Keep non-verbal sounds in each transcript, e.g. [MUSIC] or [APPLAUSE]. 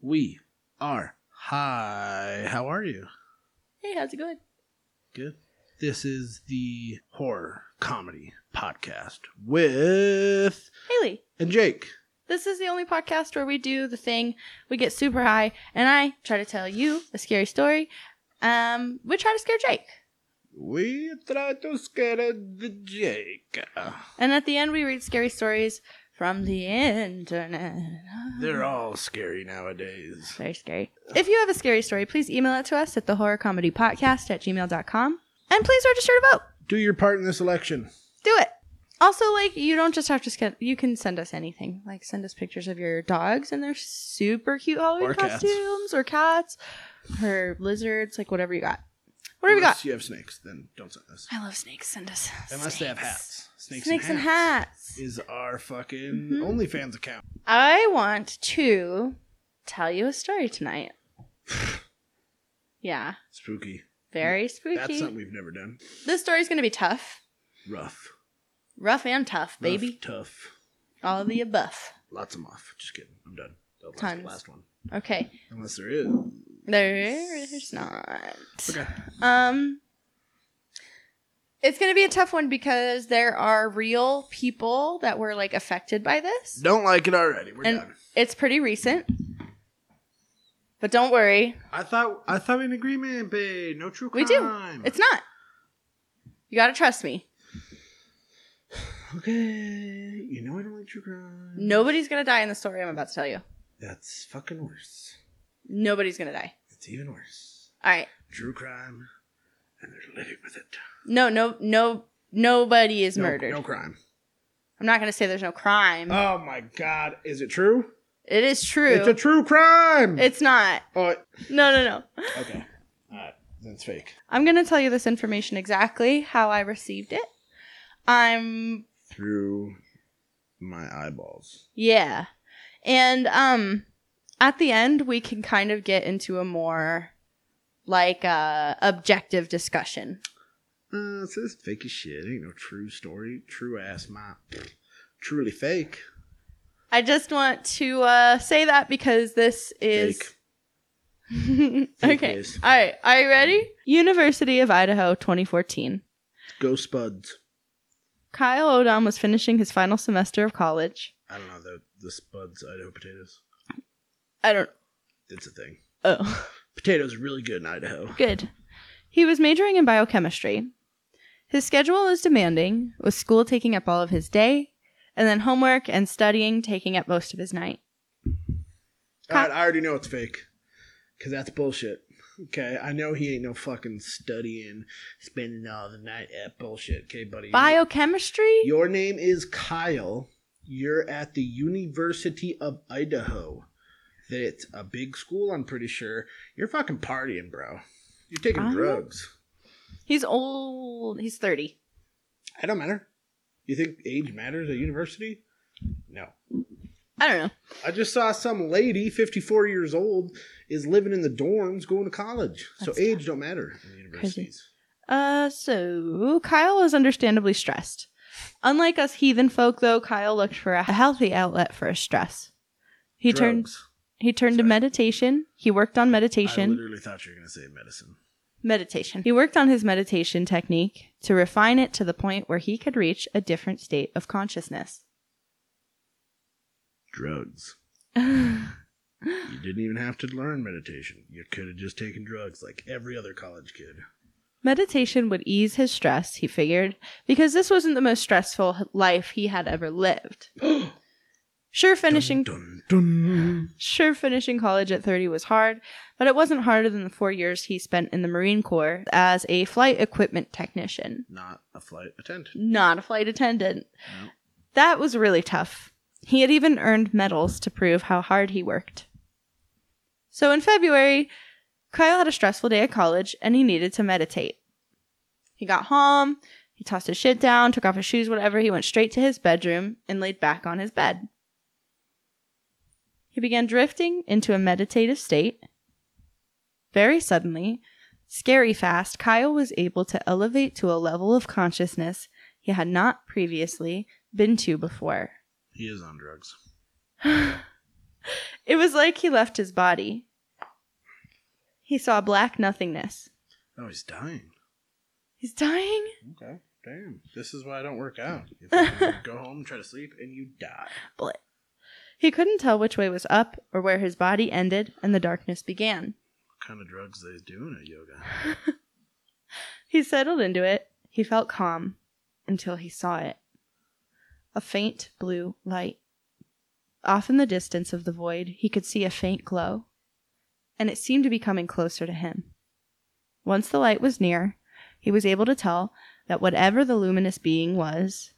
we are. Hi, how are you? Hey, how's it going? Good. This is the horror comedy podcast with Haley, and Jake. this is the only podcast where we do the thing. We get super high, and I try to tell you a scary story. Um, we try to scare Jake, We try to scare the Jake. and at the end, we read scary stories from the internet. [GASPS] They're all scary nowadays. very scary. If you have a scary story, please email it to us at thehorrorcomedypodcast at gmail.com. And please register to vote. Do your part in this election. Do it. Also, like, you don't just have to send, you can send us anything. Like, send us pictures of your dogs and their super cute Halloween Or cats. costumes, or cats, or lizards, like, whatever you got. Whatever you got. Unless you have snakes, then don't send us. I love snakes. Send us. Unless snakes. they have hats. Snakes, Snakes, and hats. Is our fucking Mhm. OnlyFans account. I want to tell you a [SIGHS] story tonight. yeah. Spooky. Very spooky. That's something we've never done. This story's going to be tough. Rough. Rough and tough, baby. Rough, tough. All of the above. Lots of muff. Just kidding. I'm done. That was Tons. the last one. Okay. Unless there is. There's not. Okay. Um It's going to be a tough one because there are real people that were like affected by this. Don't like it already. We're And- done. It's pretty recent. But don't worry. I thought I thought we in agreement, babe. No true We crime. do. It's not. You got to trust me. okay. You know I don't like true crime. Nobody's going to die in the story I'm about to tell you. That's fucking worse. Nobody's going to die. It's even worse. All right. True crime, and they're living with it. No, no, no nobody is No- murdered. No crime. I'm not going to say there's no crime. Oh my god, is it true? it is true. It's a true crime. it's not. oh, it- No, no, no. okay. All right, then it's fake. I'm going to tell you this information exactly how I received it. I'm Through my eyeballs. yeah. And um at the end we can kind of get into a more like uh objective discussion. Uh, it says fake as shit. Ain't no true story. True ass my truly fake. I just want to uh say that because this is Fake. [LAUGHS] Fake okay. news. All right. Are you ready? University of Idaho 2014. Ghost spuds. Kyle Odom was finishing his final semester of college. I don't know the the spuds Idaho potatoes. I don't It's a thing. Oh. [LAUGHS] Potatoes are really good in Idaho. Good. He was majoring in biochemistry. His schedule was demanding, with school taking up all of his day, and then homework and studying taking up most of his night. All right, I already know it's fake. Cause that's bullshit. Okay, I know he ain't no fucking studying, spending all the night at bullshit. Okay, buddy. Biochemistry? Your name is Kyle. You're at the University of Idaho. That it's a big school, I'm pretty sure. You're fucking partying, bro. You're taking I'm- drugs. He's old. He's 30. I don't matter. You think age matters at university? No. I don't know. I just saw some lady, 54 years old, is living in the dorms going to college. That's so age don't matter in universities. Uh, so Kyle was understandably stressed. Unlike us heathen folk, though, Kyle looked for a healthy outlet for his stress. He turned. Drugs. He turned Sorry. to meditation. He worked on I meditation. literally thought you were going to say medicine. Meditation. He worked on his meditation technique to refine it to the point where he could reach a different state of consciousness. Drugs. I You didn't even have to learn meditation. You could have just taken drugs like every other college kid. Meditation would ease his stress, he figured, because this wasn't the most stressful life he had ever lived. Sure, [GASPS] finishing Dun, dun, sure finishing college at 30 was hard, but it wasn't harder than the 4 years he spent in the Marine Corps as a flight equipment technician, Not a flight attendant. not a flight attendant. No. That was really tough. He had even earned medals to prove how hard he worked. So in February, Kyle had a stressful day at college and he needed to meditate. He got home, he tossed his shit down, took off his shoes, whatever. He went straight to his bedroom and laid back on his bed. He began drifting into a meditative state. Very suddenly, scary fast, Kyle was able to elevate to a level of consciousness he had not previously been to before. He is on drugs. [SIGHS] it It was like he left his body. He saw black nothingness. Oh, he's dying. He's dying? Okay. Damn. This is why I don't work out. You [LAUGHS] fucking go home, try to sleep, and you die. He couldn't tell which way was up or where his body ended and the darkness began. What kind of drugs they doing at yoga? He settled into it. He felt calm until he saw it. A faint blue light. Off in the distance of the void, he could see a faint glow, and it seemed to be coming closer to him. Once the light was near, he was able to tell that whatever the luminous being was,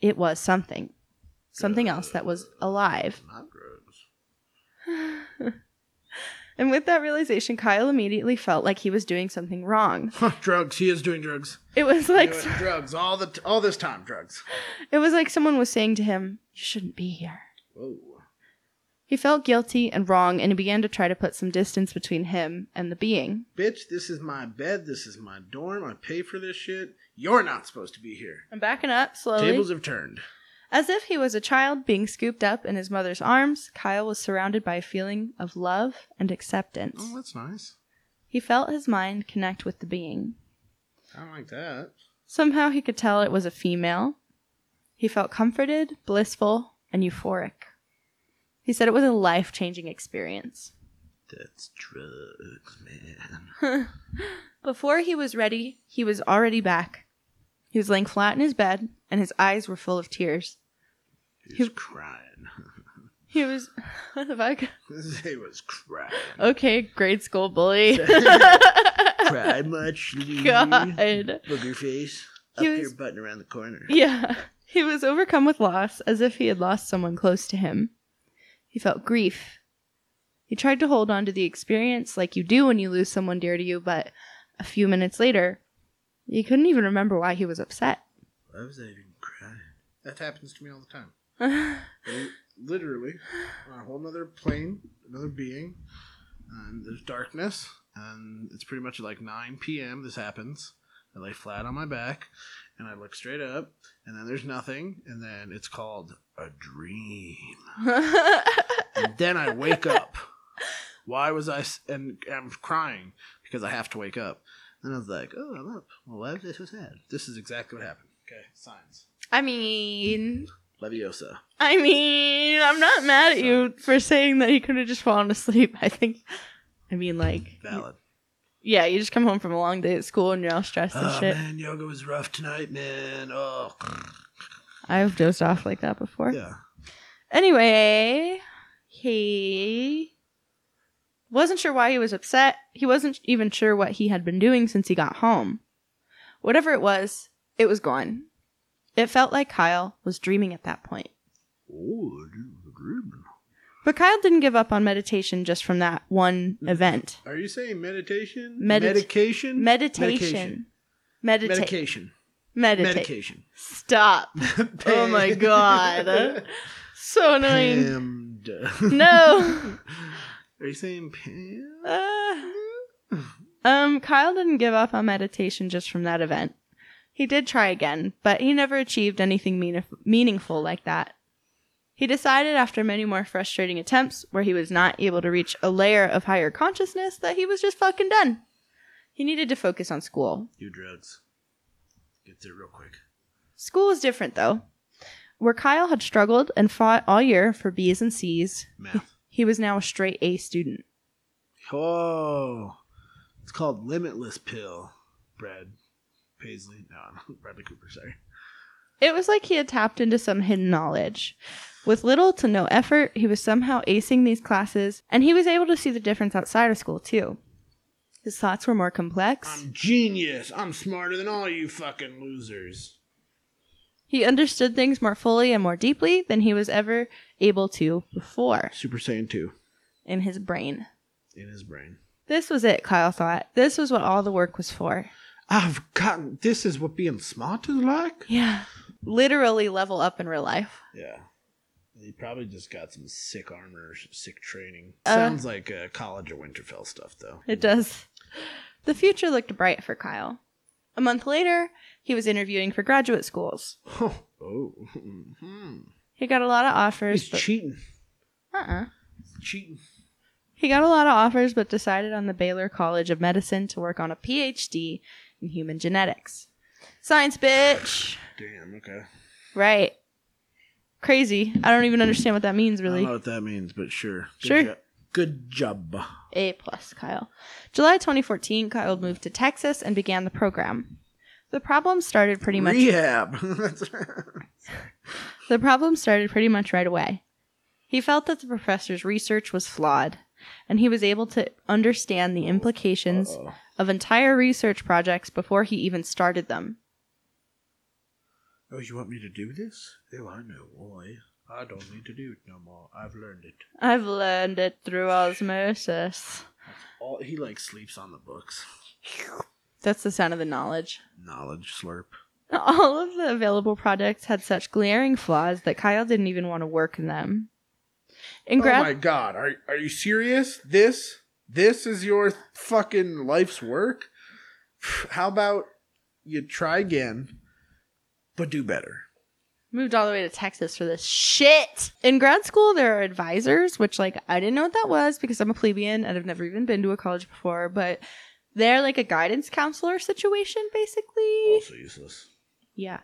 it was something. Something else that was alive. Not drugs. And with that realization, Kyle immediately felt like he was doing something wrong. drugs. He is doing drugs. It was like Doing drugs all the t- all this time. Drugs. it was like someone was saying to him, "You shouldn't be here." Whoa. He felt guilty and wrong, and he began to try to put some distance between him and the being. Bitch, this is my bed. This is my dorm. I pay for this shit. You're not supposed to be here. And backing up slowly, Tables have turned. as if he was a child being scooped up in his mother's arms, Kyle was surrounded by a feeling of love and acceptance. Oh, that's nice. He felt his mind connect with the being. I don't like that. Somehow he could tell it was a female. He felt comforted, blissful, and euphoric. He said it was a life changing experience. That's drugs, man. Before he was ready, he was already back. He was laying flat in his bed, and his eyes were full of tears. He's crying. He was. [LAUGHS] What the fuck? [LAUGHS] he was crying. Okay, grade school bully. Cry [LAUGHS] much, Louise. God. Booger face. Up He your was- button around the corner. Yeah. He was overcome with loss, as if he had lost someone close to him. He felt grief. He tried to hold on to the experience like you do when you lose someone dear to you, but a few minutes later, he couldn't even remember why he was upset. [LAUGHS] Why was I even crying? That happens to me all the time. literally on a whole nother plane, another being. Um, there's darkness, and it's pretty much like 9 p.m. This happens. I lay flat on my back, and I look straight up, and then there's nothing, and then it's called a dream. And then I wake up. Why was I? s- And I'm crying because I have to wake up. And I was like, "Oh, I'm up. Well, why was I so sad? This is exactly what happened." Okay, signs. I mean, Leviosa. I mean, I'm not mad at you for saying that he could have just fallen asleep. I think, I mean, like, Valid. yeah, you just come home from a long day at school and you're all stressed and Oh shit. man, yoga was rough tonight, man. Oh I've dozed off like that before. yeah. Anyway, he wasn't sure why he was upset. He wasn't even sure what he had been doing since he got home. Whatever it was, it was gone. It felt like Kyle was dreaming at that point. Oh, dreaming. But Kyle didn't give up on meditation just from that one Mm. event. Are you saying meditation? Medit- medication. Meditation. Meditate. Medication. Meditate. Medication. Stop. [LAUGHS] Oh [LAUGHS] my God. So annoying. Pammed. No. Are you saying Pam? Ah. um, Kyle didn't give up on meditation just from that event. He did try again, but he never achieved anything mean- meaningful like that. He decided after many more frustrating attempts where he was not able to reach a layer of higher consciousness that he was just fucking done. He needed to focus on school. Do drugs. Get there real quick. School was different though. Where Kyle had struggled and fought all year for B's and C's, [LAUGHS] Math. he was now a straight A student. Oh, it's called Limitless Pill. Brad Paisley. No, I'm [LAUGHS] Bradley Cooper. Sorry. It was like he had tapped into some hidden knowledge. With little to no effort, he was somehow acing these classes, and he was able to see the difference outside of school, too. His thoughts were more complex. I'm genius. I'm smarter than all you fucking losers. he understood things more fully and more deeply than he was ever able to before Super Saiyan 2 in his brain. in his brain. This was it, Kyle thought. This was what all the work was for. I've gotten. This is what being smart is like? Yeah. Literally level up in real life. Yeah. He probably just got some sick armor, or sick training. Uh, Sounds like uh, College of Winterfell stuff, though. It does. The future looked bright for Kyle. A month later, he was interviewing for graduate schools. Oh. [LAUGHS] oh. mhm. He got a lot of offers. He's But, cheating. uh-uh. Cheating. He got a lot of offers, but decided on the Baylor College of Medicine to work on a PhD in human genetics. Science, bitch. Damn. Okay. Right. Crazy. I don't even understand what that means, I don't really. know what that means, but sure. Good Sure. jo- good job. A plus, Kyle. July 2014, Kyle moved to Texas and began the program. The problem started pretty much. Rehab. [LAUGHS] That's- The problem started pretty much right away. He felt that the professor's research was flawed, and he was able to understand the implications Uh-oh. of entire research projects before he even started them. Oh, you want me to do this? Oh, I know why. I don't need to do it no more. I've learned it. I've learned it through osmosis. All he like sleeps on the books. That's the sound of the knowledge. Knowledge slurp. All of the available projects had such glaring flaws that Kyle didn't even want to work in them. In oh grad, my god, are are you serious? This this is your fucking life's work? [SIGHS] How about you try again, but do better? moved all the way to Texas for this shit. In grad school, there are advisors, which like I didn't know what that was because I'm a plebeian and I've never even been to a college before, but they're like a guidance counselor situation, basically. useless. Yeah.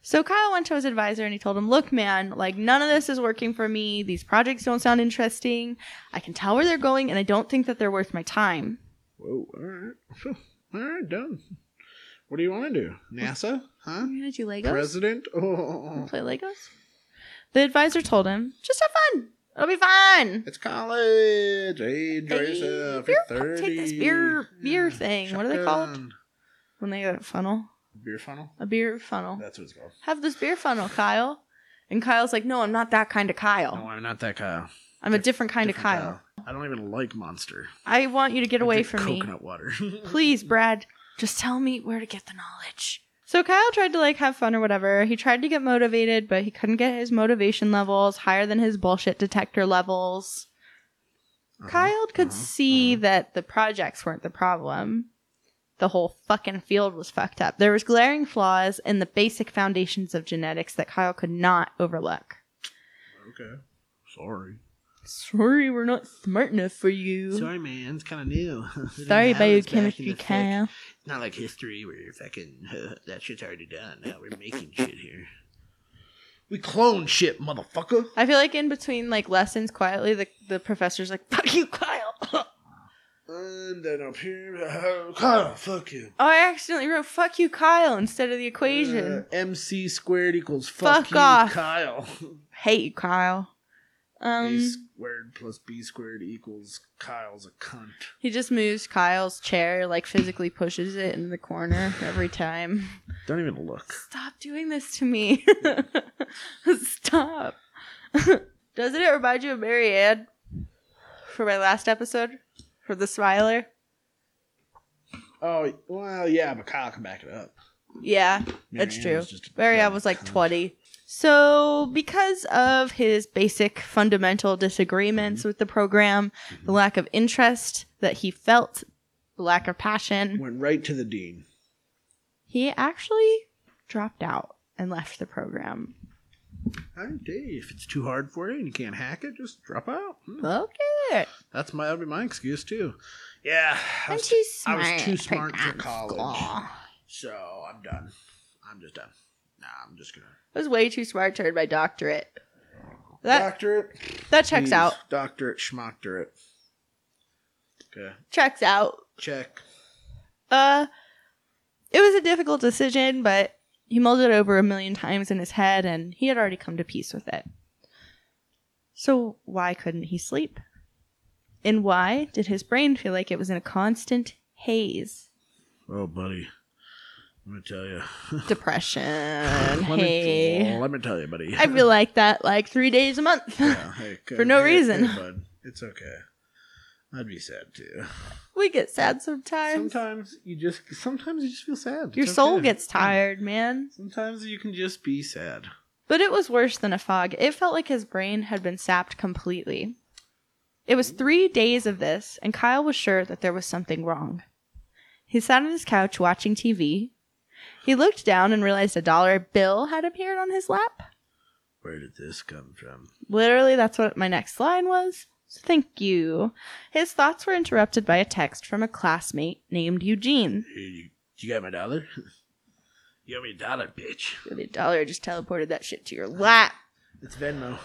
So Kyle went to his advisor and he told him, Look, man, like none of this is working for me. These projects don't sound interesting. I can tell where they're going and I don't think that they're worth my time. Whoa, all right. [LAUGHS] Phew, All right, done. What do you want to do? NASA? Huh? I'm gonna do Legos. President? [LAUGHS] Oh, Play Legos. The advisor told him, Just have fun. It'll be fun. it's college. Age Hey, yourself. beer You're pump- 30. take this beer- beer thing. What are they called? uh, shotgun. When they got a funnel, Beer funnel? a beer funnel. That's what it's called. Have this beer funnel, Kyle. And Kyle's like, No, I'm not that kind of Kyle. No, I'm not that Kyle. I'm a different kind of Different Kyle. I don't even like Monster. I want you to get I away drink from me. Coconut water. [LAUGHS] please, Brad, just tell me where to get the knowledge. So Kyle tried to like have fun or whatever. He tried to get motivated, but he couldn't get his motivation levels higher than his bullshit detector levels. Uh-huh, Kyle could uh-huh, see uh-huh. that the projects weren't the problem. The whole fucking field was fucked up. There was glaring flaws in the basic foundations of genetics that Kyle could not overlook. Uh-huh. Okay. Sorry. Sorry, we're not smart enough for you. Sorry, man. It's kind of new. [LAUGHS] Sorry, biochemistry, Kyle. Not like history where you're fucking. [LAUGHS] that shit's already done. Now we're making shit here. We clone shit, motherfucker. I feel like in between like lessons quietly the the professor's like, Fuck you, Kyle. [LAUGHS] oh, And then up here, [LAUGHS] uh, Kyle, fuck you. I accidentally wrote fuck you, Kyle instead of the equation. Uh, MC squared equals fuck, Fuck you, off. Kyle. [LAUGHS] Hate you, Kyle. Um A squared plus B squared equals Kyle's a cunt. he just moves Kyle's chair, like physically pushes it in the corner every time. Don't even look. Stop doing this to me. [LAUGHS] Stop. Doesn't it remind you of Mary Ann for my last episode? For the smiler? Oh well, yeah, but Kyle can back it up. Yeah. That's true. Barry, I was like 20. So, because of his basic fundamental disagreements with the program, the lack of interest that he felt, the lack of passion, Went right to the dean. he actually dropped out and left the program. I hey, if it's too hard for you and you can't hack it, just drop out. Hmm. Okay. That's my that'd be my excuse too. Yeah, I I'm was, too I smart. was too for smart for grad college. school. so I'm done. I'm just done. Nah, I'm just gonna I was way too smart to earn my doctorate. That doctorate. that checks Please, out. Doctorate, schmoctorate. Okay, Checks out. check. Uh, it was a difficult decision, but he mulled it over a million times in his head, and he had already come to peace with it. So why couldn't he sleep? And why did his brain feel like it was in a constant haze? Oh, buddy, let me tell you. Depression. let, me, hey. let me tell you, buddy. [LAUGHS] I feel like that like three days a month. [LAUGHS] Yeah, hey, For no hey, reason. hey, bud, it's okay. I'd be sad too. we get sad sometimes. Sometimes you just sometimes you just feel sad. Your It's soul okay. gets tired, man. Sometimes you can just be sad. But it was worse than a fog. It felt like his brain had been sapped completely. It was three days of this, and Kyle was sure that there was something wrong. He sat on his couch watching TV. He looked down and realized a dollar bill had appeared on his lap. Where did this come from? Literally, that's what my next line was. So thank you. His thoughts were interrupted by a text from a classmate named Eugene. Hey, you, you got my dollar? [LAUGHS] You owe me a dollar, bitch. Give me a dollar. I just teleported that shit to your lap. It's Venmo.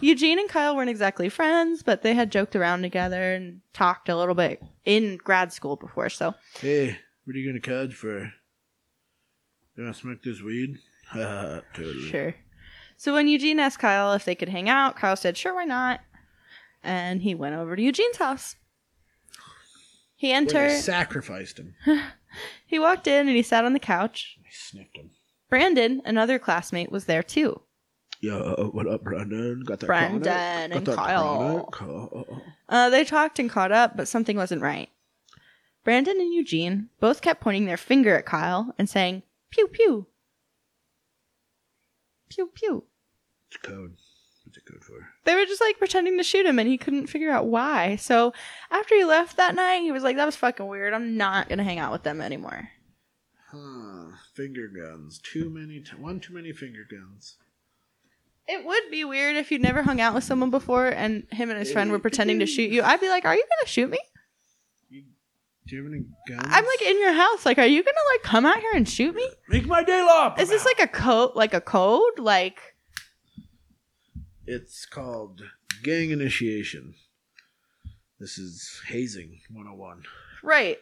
Eugene and Kyle weren't exactly friends, but they had joked around together and talked a little bit in grad school before. So Hey, what are you going to college for? You want to smoke this weed? [LAUGHS] totally. Sure. So when Eugene asked Kyle if they could hang out, Kyle said, sure, why not? And he went over to Eugene's house. He Boy, they entered, sacrificed [LAUGHS] him. he walked in, and he sat on the couch. I sniffed him. Brandon, another classmate, was there too. Yo, what up, Brandon? Got that Brandon product? and Got that Kyle. product? Kyle. Uh, they talked and caught up, but something wasn't right. Brandon and Eugene both kept pointing their finger at Kyle and saying, pew, pew. Pew, pew. It's code. What's it code for? they were just like pretending to shoot him and he couldn't figure out why. So after he left that night, he was like, that was fucking weird. I'm not going to hang out with them anymore. Huh. Finger guns. Too many. T- one too many finger guns. It would be weird if you'd never hung out with someone before and him and his friend were pretending to shoot you. I'd be like, are you going to shoot me? Do you have any guns? I'm like in your house. Like, are you going to like come out here and shoot me? make my day long. Is this like a code? Like a code? Like, It's called gang initiation. This is hazing 101. right.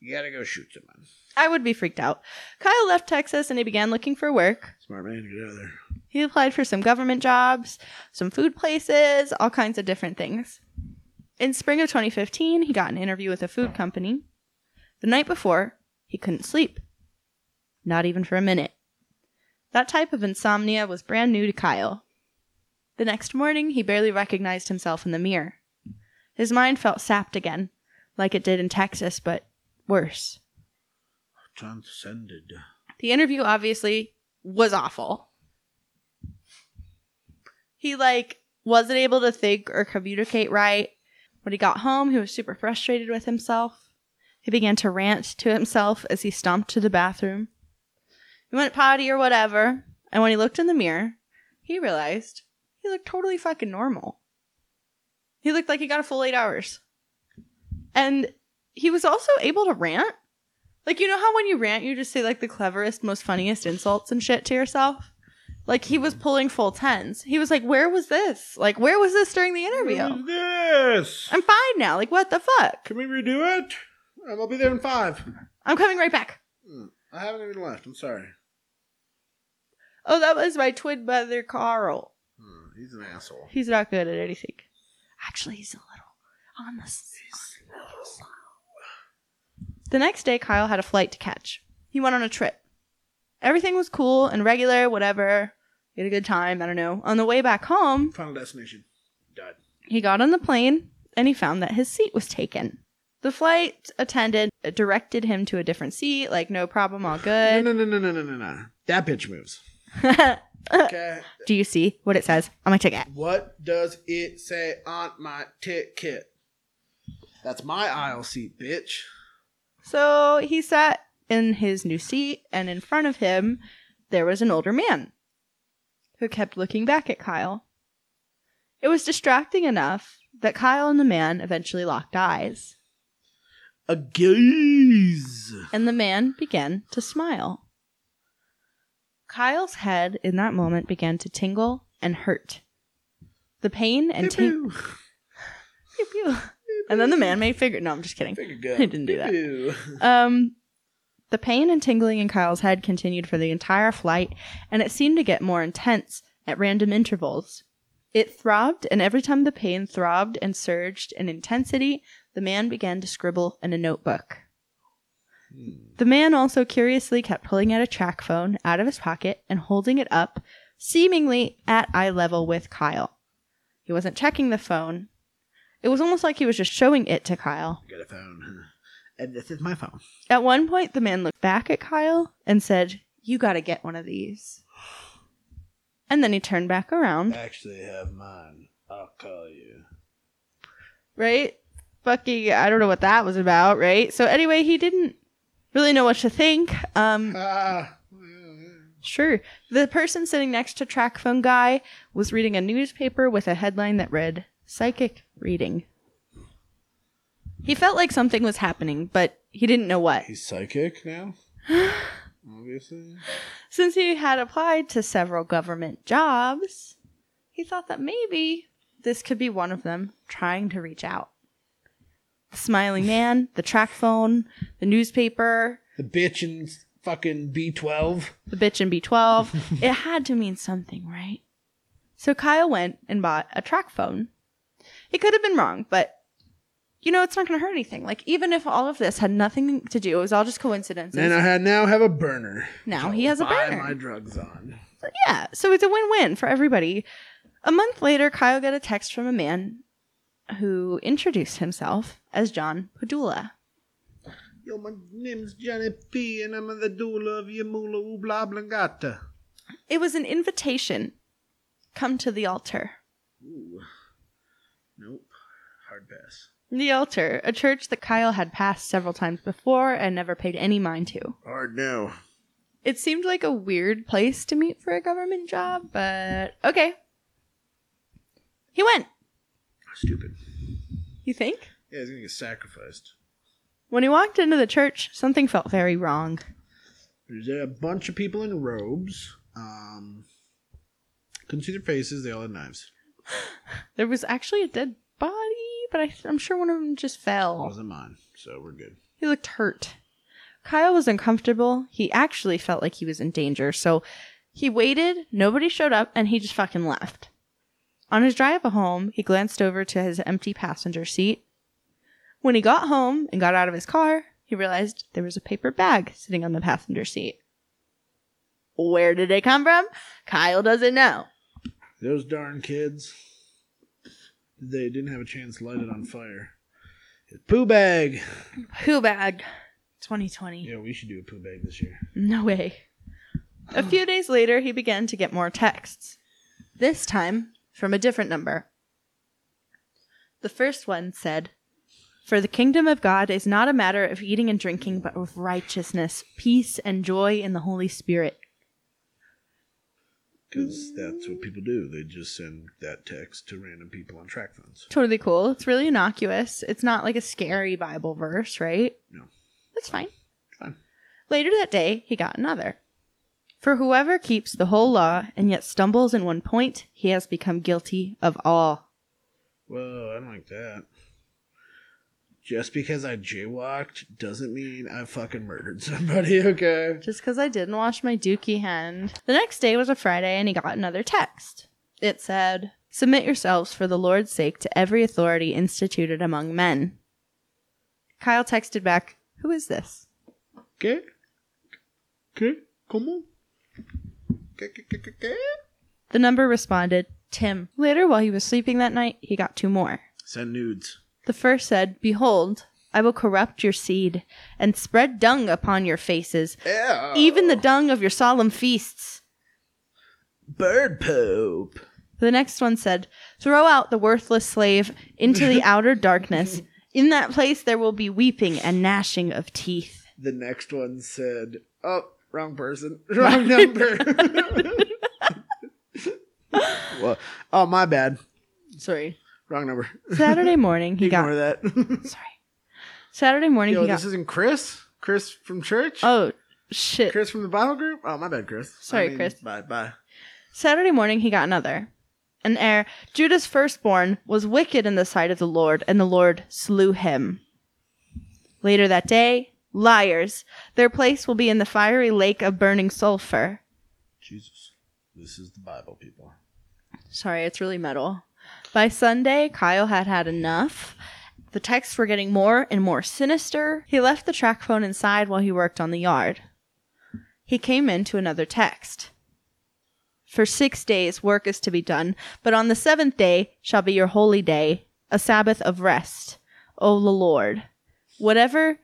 You gotta go shoot someone. I would be freaked out. Kyle left Texas and he began looking for work. Smart man, get out of there. He applied for some government jobs, some food places, all kinds of different things. In spring of 2015, he got an interview with a food company. The night before, he couldn't sleep. Not even for a minute. That type of insomnia was brand new to Kyle. The next morning, he barely recognized himself in the mirror. His mind felt sapped again, like it did in Texas, but worse. Transcended. The interview obviously was awful. He like wasn't able to think or communicate right. When he got home, he was super frustrated with himself. He began to rant to himself as he stomped to the bathroom. He went potty or whatever, and when he looked in the mirror, he realized he looked totally fucking normal. He looked like he got a full 8 hours. And he was also able to rant like you know how when you rant you just say like the cleverest, most funniest insults and shit to yourself? Like he was pulling full tens. He was like, "Where was this? Like where was this during the interview?" Who's this? I'm fine now. Like what the fuck? Can we redo it? Um, I'll be there in five. I'm coming right back. Hmm, I haven't even left. I'm sorry. Oh, that was my twin brother Carl. Hmm, he's an asshole. He's not good at anything. Actually, he's a little on the s- The next day, Kyle had a flight to catch. He went on a trip. Everything was cool and regular, whatever. He had a good time, I don't know. On the way back home, Final destination. Died. He got on the plane and he found that his seat was taken. The flight attendant directed him to a different seat, like, no problem, all good. [LAUGHS] No, no, no, no, no, no, no. That bitch moves. Okay. Do you see what it says on my ticket? What does it say on my ticket? That's my aisle seat, bitch. So he sat in his new seat, and in front of him, there was an older man who kept looking back at Kyle. It was distracting enough that Kyle and the man eventually locked eyes, A gaze. and the man began to smile. Kyle's head in that moment began to tingle and hurt. The pain and tingle. Pew, And then the man made figure. No, I'm just [LAUGHS] kidding. [LAUGHS] Finger gun. I didn't do that. Pew. Um, the pain and tingling in Kyle's head continued for the entire flight, and it seemed to get more intense at random intervals. It throbbed, and every time the pain throbbed and surged in intensity, the man began to scribble in a notebook. Hmm. The man also curiously kept pulling out a track phone out of his pocket and holding it up, seemingly at eye level with Kyle. He wasn't checking the phone. It was almost like he was just showing it to Kyle. I got a phone. And this is my phone. At one point, the man looked back at Kyle and said, You gotta get one of these. And then he turned back I around, actually have mine. I'll call you. right? Fucking, I don't know what that was about, right? So, anyway, he didn't really know what to think. Um, Ah. sure. The person sitting next to Track Phone Guy was reading a newspaper with a headline that read, psychic reading. He felt like something was happening, but he didn't know what. He's psychic [GASPS] now? Obviously. Since he had applied to several government jobs, he thought that maybe this could be one of them trying to reach out. [LAUGHS] The smiling man, the track phone, the newspaper, The bitch in fucking B12. the bitch [LAUGHS] in B12. it had to mean something, right? So Kyle went and bought a track phone. It could have been wrong, but you know, it's not going to hurt anything. Like, even if all of this had nothing to do, it was all just coincidences. And I ha- now have a burner. which Now Oh, he I'll has a buy burner. my drugs on. yeah, so it's a win win for everybody. A month later, Kyle got a text from a man who introduced himself as John Padula. Yo, my name's Johnny P, and I'm the doula of Yamula Ubla Blangata. It was an invitation come to the altar. Ooh. Nope. Hard pass. The altar, a church that Kyle had passed several times before and never paid any mind to. Hard no. It seemed like a weird place to meet for a government job, but okay. He went. Stupid. You think? Yeah, he's gonna get sacrificed. When he walked into the church, something felt very wrong. There's a bunch of people in robes. Um, couldn't see their faces. They all had knives. There was actually a dead body, but I, I'm sure one of them just It fell. wasn't mine, so we're good. He looked hurt. Kyle was uncomfortable. He actually felt like he was in danger, so he waited, nobody showed up, and he just fucking left. On his drive home, he glanced over to his empty passenger seat. When he got home and got out of his car, he realized there was a paper bag sitting on the passenger seat. Where did it come from? Kyle doesn't know. Those darn kids. They didn't have a chance to light it on fire. It's poo bag. Who bag? 2020. Yeah, we should do a poo bag this year. No way. A few days later, he began to get more texts. This time from a different number. The first one said, For the kingdom of God is not a matter of eating and drinking, but of righteousness, peace, and joy in the Holy Spirit. Because that's what people do. They just send that text to random people on track phones. Totally cool. It's really innocuous. It's not like a scary Bible verse, right? No. That's fine. Fine. Later that day, he got another. For whoever keeps the whole law and yet stumbles in one point, he has become guilty of all. Whoa, I don't like that. Just because I jaywalked doesn't mean I fucking murdered [LAUGHS] somebody, okay? Just because I didn't wash my dookie hand. The next day was a Friday, and he got another text. It said, Submit yourselves for the Lord's sake to every authority instituted among men. Kyle texted back, Who is this? ¿Qué? ¿Qué? ¿Cómo? ¿Qué, qué, qué, qué, qué? The number responded, Tim. Later, while he was sleeping that night, he got two more. Send nudes. The first said, Behold, I will corrupt your seed and spread dung upon your faces, even the dung of your solemn feasts. bird poop. The next one said, Throw out the worthless slave into the outer darkness. In that place there will be weeping and gnashing of teeth. The next one said, "Oh, wrong person, [LAUGHS] wrong number." well, oh my bad, Sorry. wrong number. Saturday morning he Ignore got that. [LAUGHS] sorry. Saturday morning Yo, he got this isn't Chris. Chris from church. Oh shit. Chris from the Bible group. Oh my bad, Chris. Sorry, Chris. Bye, bye. Saturday morning he got another. An heir, Judah's firstborn, was wicked in the sight of the Lord, and the Lord slew him. Later that day, liars, their place will be in the fiery lake of burning sulfur. Jesus, this is the Bible, people. Sorry, it's really metal. By Sunday, Kyle had had enough. The texts were getting more and more sinister. He left the track phone inside while he worked on the yard. He came into another text. For six days, work is to be done, but on the seventh day shall be your holy day, a Sabbath of rest. O the Lord. Whatever,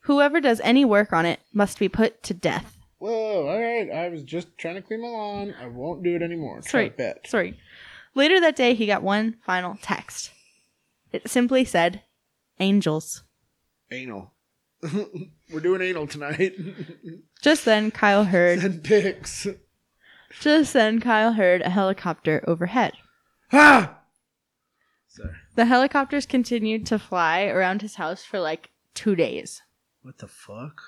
whoever does any work on it must be put to death. Whoa! All right, I was just trying to clean my lawn. I won't do it anymore. Try Sorry. to bet. Sorry. Later that day, he got one final text. It simply said, Angels. Anal. [LAUGHS] We're doing anal tonight. [LAUGHS] Just then, Kyle heard. and [LAUGHS] pics. just then, Kyle heard a helicopter overhead. Ah! Sorry. The helicopters continued to fly around his house for like two days. What the fuck?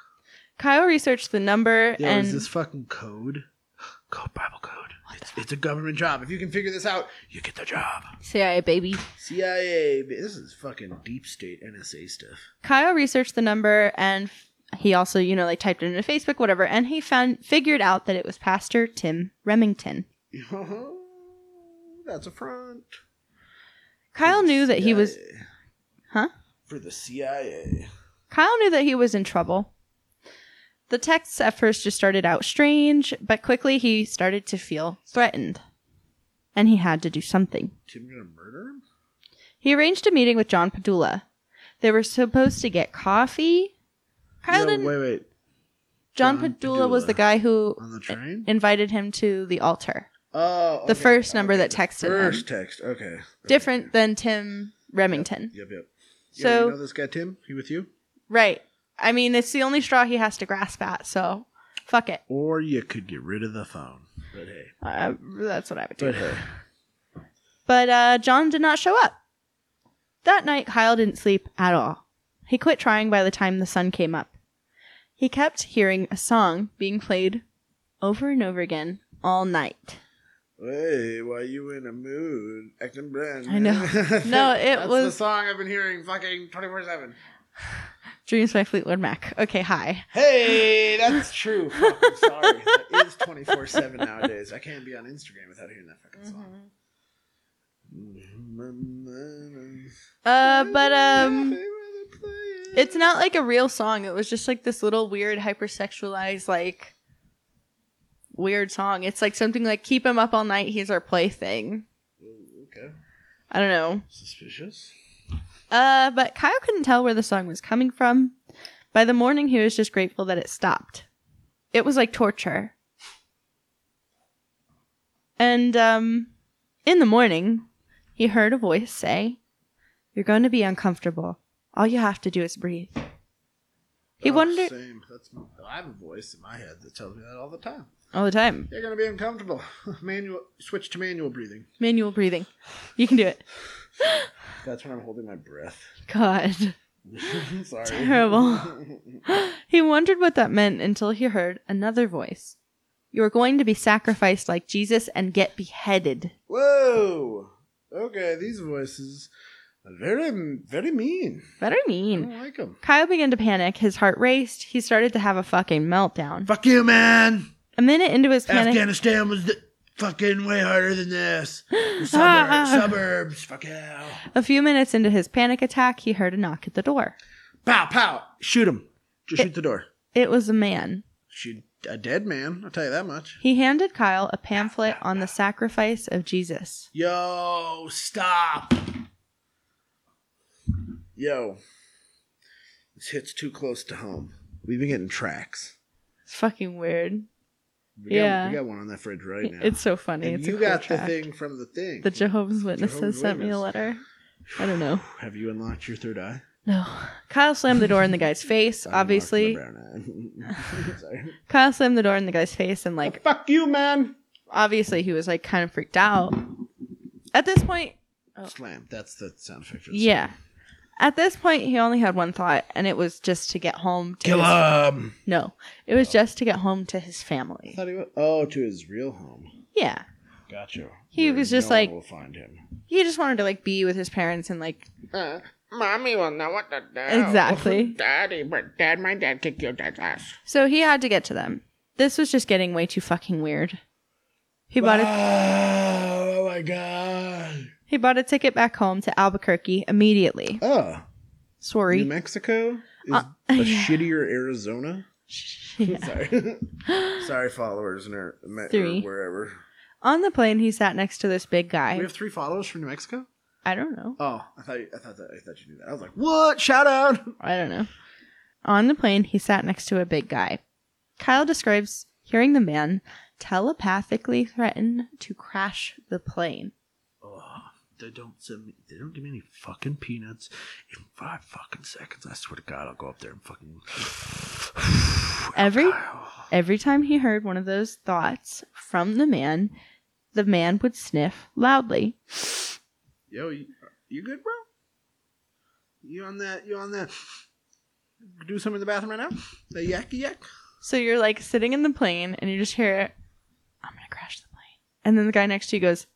Kyle researched the number Yo, and is this fucking code? [GASPS] Code Bible code. It's, it's a government job. If you can figure this out, you get the job. CIA baby. CIA. This is fucking deep state NSA stuff. Kyle researched the number and f- he also, you know, like typed it into Facebook, whatever, and he found figured out that it was Pastor Tim Remington. [LAUGHS] That's a front. Kyle knew that he was CIA. Huh? For the CIA. Kyle knew that he was in trouble. The texts at first just started out strange, but quickly he started to feel threatened. And he had to do something. Tim gonna murder him? He arranged a meeting with John Padula. They were supposed to get coffee. Kyle Yo, didn't. wait, wait. John, John Padula was Padula. the guy who On the train? invited him to the altar. Oh, the okay, first number that the texted First text. Okay. okay. Different than Tim Remington. Yep, yep. Yeah, So- you know this guy Tim? He with you? Right. I mean, it's the only straw he has to grasp at, so fuck it. Or you could get rid of the phone. But hey. Uh, that's what I would do. But hey. But uh, John did not show up. That night, Kyle didn't sleep at all. He quit trying by the time the sun came up. He kept hearing a song being played over and over again all night. Hey, why you in a mood acting brand? I know. new? [LAUGHS] No, it That's the was- song I've been hearing fucking twenty four seven. Dreams by Fleetwood Mac. Okay, hi. Hey, that's [LAUGHS] true. Fucking sorry, that is twenty four seven nowadays. I can't be on Instagram without hearing that fucking Mm-hmm. song. Uh, but [LAUGHS] Mm-hmm. um, it's not like a real song. It was just like this little weird hypersexualized like weird song. It's like something like "Keep him up all night, he's our plaything." okay. I don't know. Suspicious. Uh, but Kyle couldn't tell where the song was coming from. By the morning, he was just grateful that it stopped. It was like torture. And um, in the morning, he heard a voice say, "You're going to be uncomfortable. All you have to do is breathe." He Oh, wondered Same. That's I have a voice in my head that tells me that all the time. all the time. You're gonna be uncomfortable. [LAUGHS] Manual. Switch to manual breathing. Manual breathing. You can do it. That's when I'm holding my breath. [LAUGHS] God. Sorry. Terrible. He wondered what that meant until he heard another voice. You are going to be sacrificed like Jesus and get beheaded. [LAUGHS] Whoa. Okay, these voices are very, very mean. Better I mean. don't like them. Kyle began to panic. His heart raced. He started to have a fucking meltdown. Fuck you, man. A minute into his panic, Afghanistan was the fucking way harder than [LAUGHS] this. The Ah. suburbs, suburbs. Fuck yeah. a few minutes into his panic attack, he heard a knock at the door. Pow, pow. Shoot him. Eh. Just shoot the door. It was a man. She a dead man. I'll tell you that much. He handed Kyle a pamphlet on the sacrifice of Jesus. Yo, stop. Yo, this hit's too close to home. We've been getting tracks. It's fucking weird. We got, Yeah. we got one on that fridge right now. It's so funny. And it's you a cool got track. the thing from the thing. The Jehovah's Witnesses Jehovah's sent me a Witness. letter. I [SIGHS] don't know. Have you unlocked your third eye? No. Kyle slammed the door in the guy's face, I unlocked obviously. my brown eye. [LAUGHS] Sorry. Kyle slammed the door in the guy's face and like fuck you, man. obviously he was like kind of freaked out. At this point, Oh. Slam. That's the sound effect. for the yeah. At this point he only had one thought and it was just to get home to slam. his, Kill him. No. It was just to get home to his I family. thought he wa- oh, to his real home. Yeah. Gotcha. He Where was just no one like- We'll find him. He just wanted to like be with his parents and like Uh, mommy will know what to do. Exactly. [LAUGHS] Daddy, but dad, my dad kicked your dad's ass. so he had to get to them. This was just getting way too fucking weird. He bought a Oh, oh my god. he bought a ticket back home to Albuquerque immediately. Oh, New Sorry. Mexico is Uh, a [LAUGHS] yeah. shittier Arizona. Yeah. [LAUGHS] Sorry, sorry, followers in our me- or Three. wherever. [LAUGHS] On the plane, he sat next to this big guy. We have three followers from New Mexico. I don't know. Oh, I thought you, I thought that I thought you knew that. I was like, what? Shout out. I don't know. On the plane, he sat next to a big guy. Kyle describes hearing the man telepathically threaten to crash the plane. Oh, they don't send me. They don't give me any fucking peanuts in five fucking seconds. I swear to God, I'll go up there and fucking. [SIGHS] Every every time he heard one of those thoughts from the man, the man would sniff loudly. Yo, you, You good, bro? You on that? You on that? Do something in the bathroom right now? The yucky yak? So you're like sitting in the plane and you just hear, I'm going to crash the plane. And then the guy next to you goes,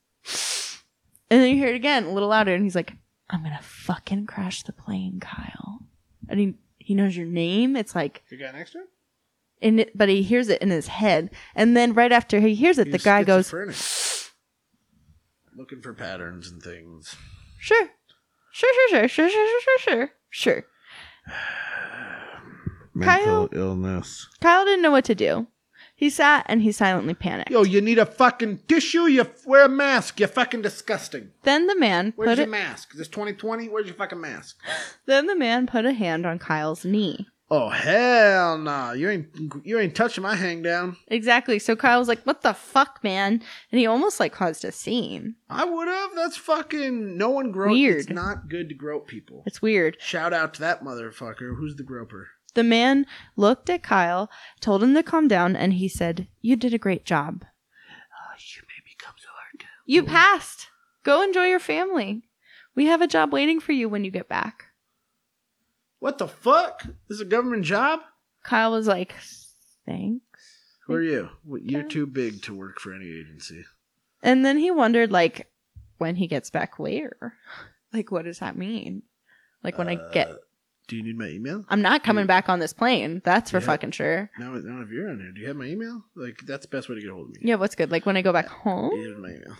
and then you hear it again a little louder and he's like, I'm going to fucking crash the plane, Kyle. And he, he knows your name. It's like, The guy next to him? in it, but he hears it in his head. And then right after he hears it, the He's guy goes, schizophrenic. Looking for patterns and things. Sure. Sure, sure, sure, sure, sure, sure, sure, sure. Mental illness. Kyle didn't know what to do. He sat and he silently panicked. Yo, you need a fucking tissue? You f- wear a mask. You're fucking disgusting. Then the man Where's put your a, mask? Is this 2020? Where's your fucking mask? then the man put a hand on Kyle's knee. Oh hell no! You ain't you ain't touching my hang down. Exactly. So Kyle was like, "What the fuck, man?" And he almost like caused a scene. I would have. That's fucking no one grow. Weird. It's not good to grope people. It's weird. Shout out to that motherfucker. Who's the groper? The man looked at Kyle, told him to calm down, and he said, "You did a great job. Oh, you may become so hard. You passed. Go enjoy your family. We have a job waiting for you when you get back." What the fuck? This is a government job? Kyle was like, "Thanks." Who are you? What- You're Okay. too big to work for any agency. And then he wondered, like, when he gets back, where? Like, what does that mean? Like, when I get, Uh, Do you need my email? I'm not coming back on this plane. That's for Yeah. fucking sure. Now, now if you're on here, do you have my email? Like that's the best way to get a hold of me. Yeah, what's good? Like, when I go back home, Here's my email.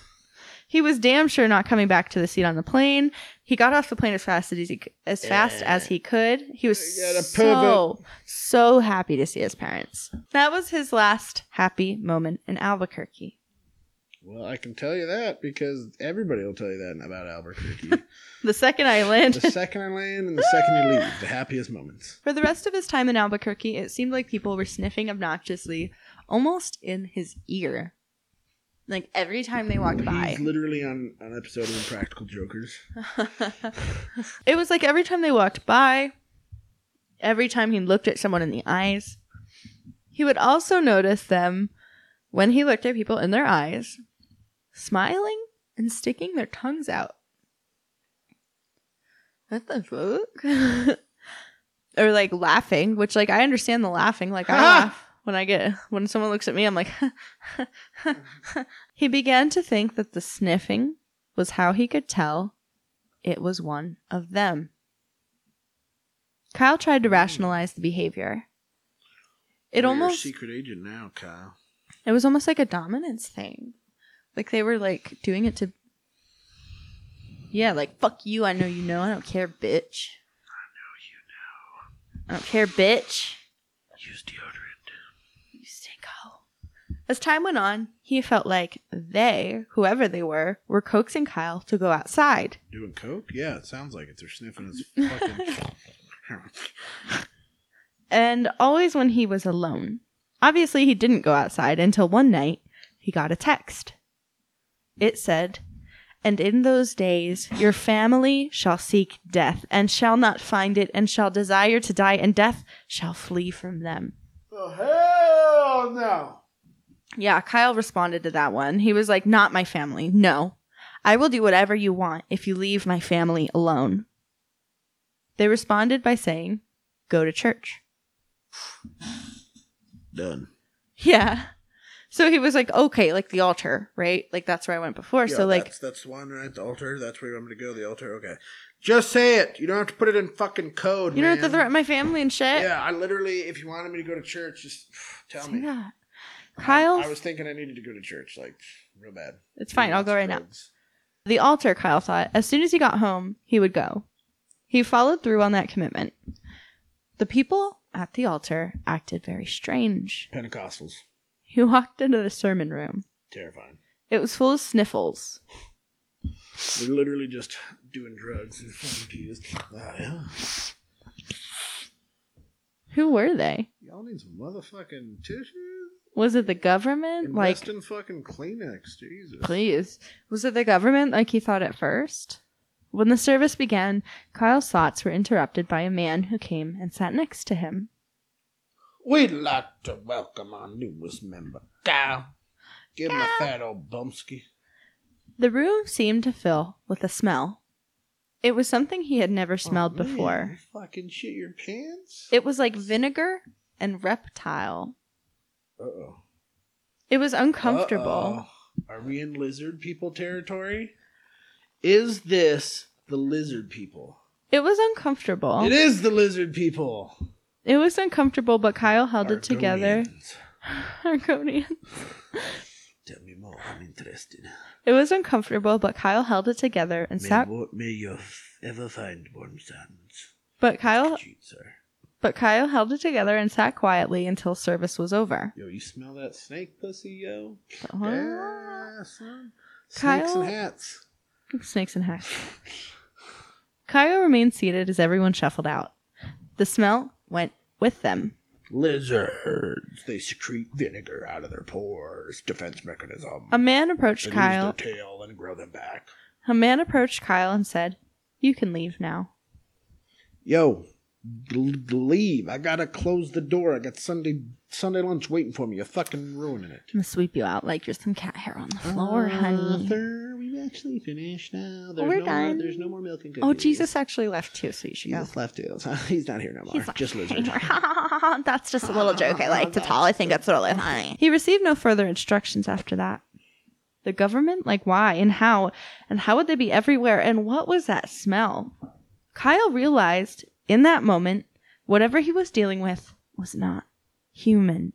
he was damn sure not coming back to the seat on the plane. He got off the plane as fast as he c- as fast Yeah. as he could. He was You got a so so happy to see his parents. That was his last happy moment in Albuquerque. Well, I can tell you that because everybody will tell you that about [LAUGHS] Albuquerque. [LAUGHS] The second I landed, the second I land and the second you leave, the happiest moments. [LAUGHS] For the rest of his time in Albuquerque, it seemed like people were sniffing obnoxiously, almost in his ear. Like every time they walked by. He's literally on on an episode of Impractical Jokers. [LAUGHS] it was like every time they walked by, every time he looked at someone in the eyes. He would also notice them when he looked at people in their eyes, smiling and sticking their tongues out. What the fuck? [LAUGHS] or like laughing, which like I understand the laughing. Like I laugh when I get when someone looks at me, I'm like. [LAUGHS] he began to think that the sniffing was how he could tell it was one of them. Kyle tried to rationalize the behavior. It You're a almost secret agent now, Kyle. it was almost like a dominance thing. Like they were like doing it to Yeah, like fuck you, I know you know, I don't care, bitch. I know you know. I don't care, bitch. Use deodorant. You stink hole. As time went on, he felt like they, whoever they were, were coaxing Kyle to go outside. Doing coke? Yeah, it sounds like it. They're sniffing [LAUGHS] his fucking. and always when he was alone. Obviously, he didn't go outside until one night he got a text. It said, And in those days your family shall seek death, and shall not find it, and shall desire to die, and death shall flee from them. oh hell no! Yeah, Kyle responded to that one. He was like, Not my family. No. I will do whatever you want if you leave my family alone. They responded by saying, Go to church. Done. Yeah. So he was like, okay, like the altar, right? Like that's where I went before. Yeah, so like, that's, that's the one right the altar. That's where you want me to go. The altar. Okay, just say it. You don't have to put it in fucking code. you don't have to man. threaten my family and shit. Yeah, I literally, if you wanted me to go to church, just [SIGHS] tell Say me. that. "Ah, Kyle, I, I was thinking I needed to go to church, like real bad. it's fine. I'll go right now. Drugs. The altar, Kyle thought, as soon as he got home, he would go. He followed through on that commitment. The people at the altar acted very strange. Pentecostals, He [LAUGHS] walked into the sermon room. terrifying. It was full of sniffles. They're literally just doing drugs and fucking pews. Oh, yeah. Who were they? Y'all need some motherfucking tissue. Was it the government? Like, Invest in fucking Kleenex, Jesus. Please. Was it the government like he thought at first? When the service began, Kyle's thoughts were interrupted by a man who came and sat next to him. We'd like to welcome our newest member, Kyle. Give him a fat old bumsky. The room seemed to fill with a smell. It was something he had never smelled Oh, man, before. you fucking shit your pants. It was like vinegar and reptile. Uh oh. It was uncomfortable. Are we in lizard people territory? Is this the lizard people? It was uncomfortable. It is the lizard people. It was uncomfortable, but Kyle held it together. Argonians. [LAUGHS] Argonian. Tell me more. I'm interested. It was uncomfortable, but Kyle held it together and May, sat. wo- may you f- ever find warm sands. But Kyle, Cheat, sir. but Kyle held it together and sat quietly until service was over. Yo, you smell that snake pussy, yo? Ah. Yeah, son. Snakes Kyle- and hats. Snakes and hacks. Kyle remained seated as everyone shuffled out. The smell went with them. Lizards. They secrete vinegar out of their pores. Defense mechanism. A man approached They Kyle. lose their tail and grow them back. A man approached Kyle and said, "You can leave now." Yo, gl- leave. I gotta close the door. I got Sunday Sunday lunch waiting for me. You're fucking ruining it. I'm gonna sweep you out like there's some cat hair on the Oh, floor, honey. Arthur, we've actually finished now. There's We're no done. More, there's no more milk and cookies. Oh, Jesus actually left too, so you should go. Jesus left us. [LAUGHS] He's not here no more. He's not Just lizard. [LAUGHS] That's just a little joke [LAUGHS] I like to tell. I think it's really funny. He received no further instructions after that. The government? Like, why and how? And how would they be everywhere? And what was that smell? Kyle realized in that moment, whatever he was dealing with was not human.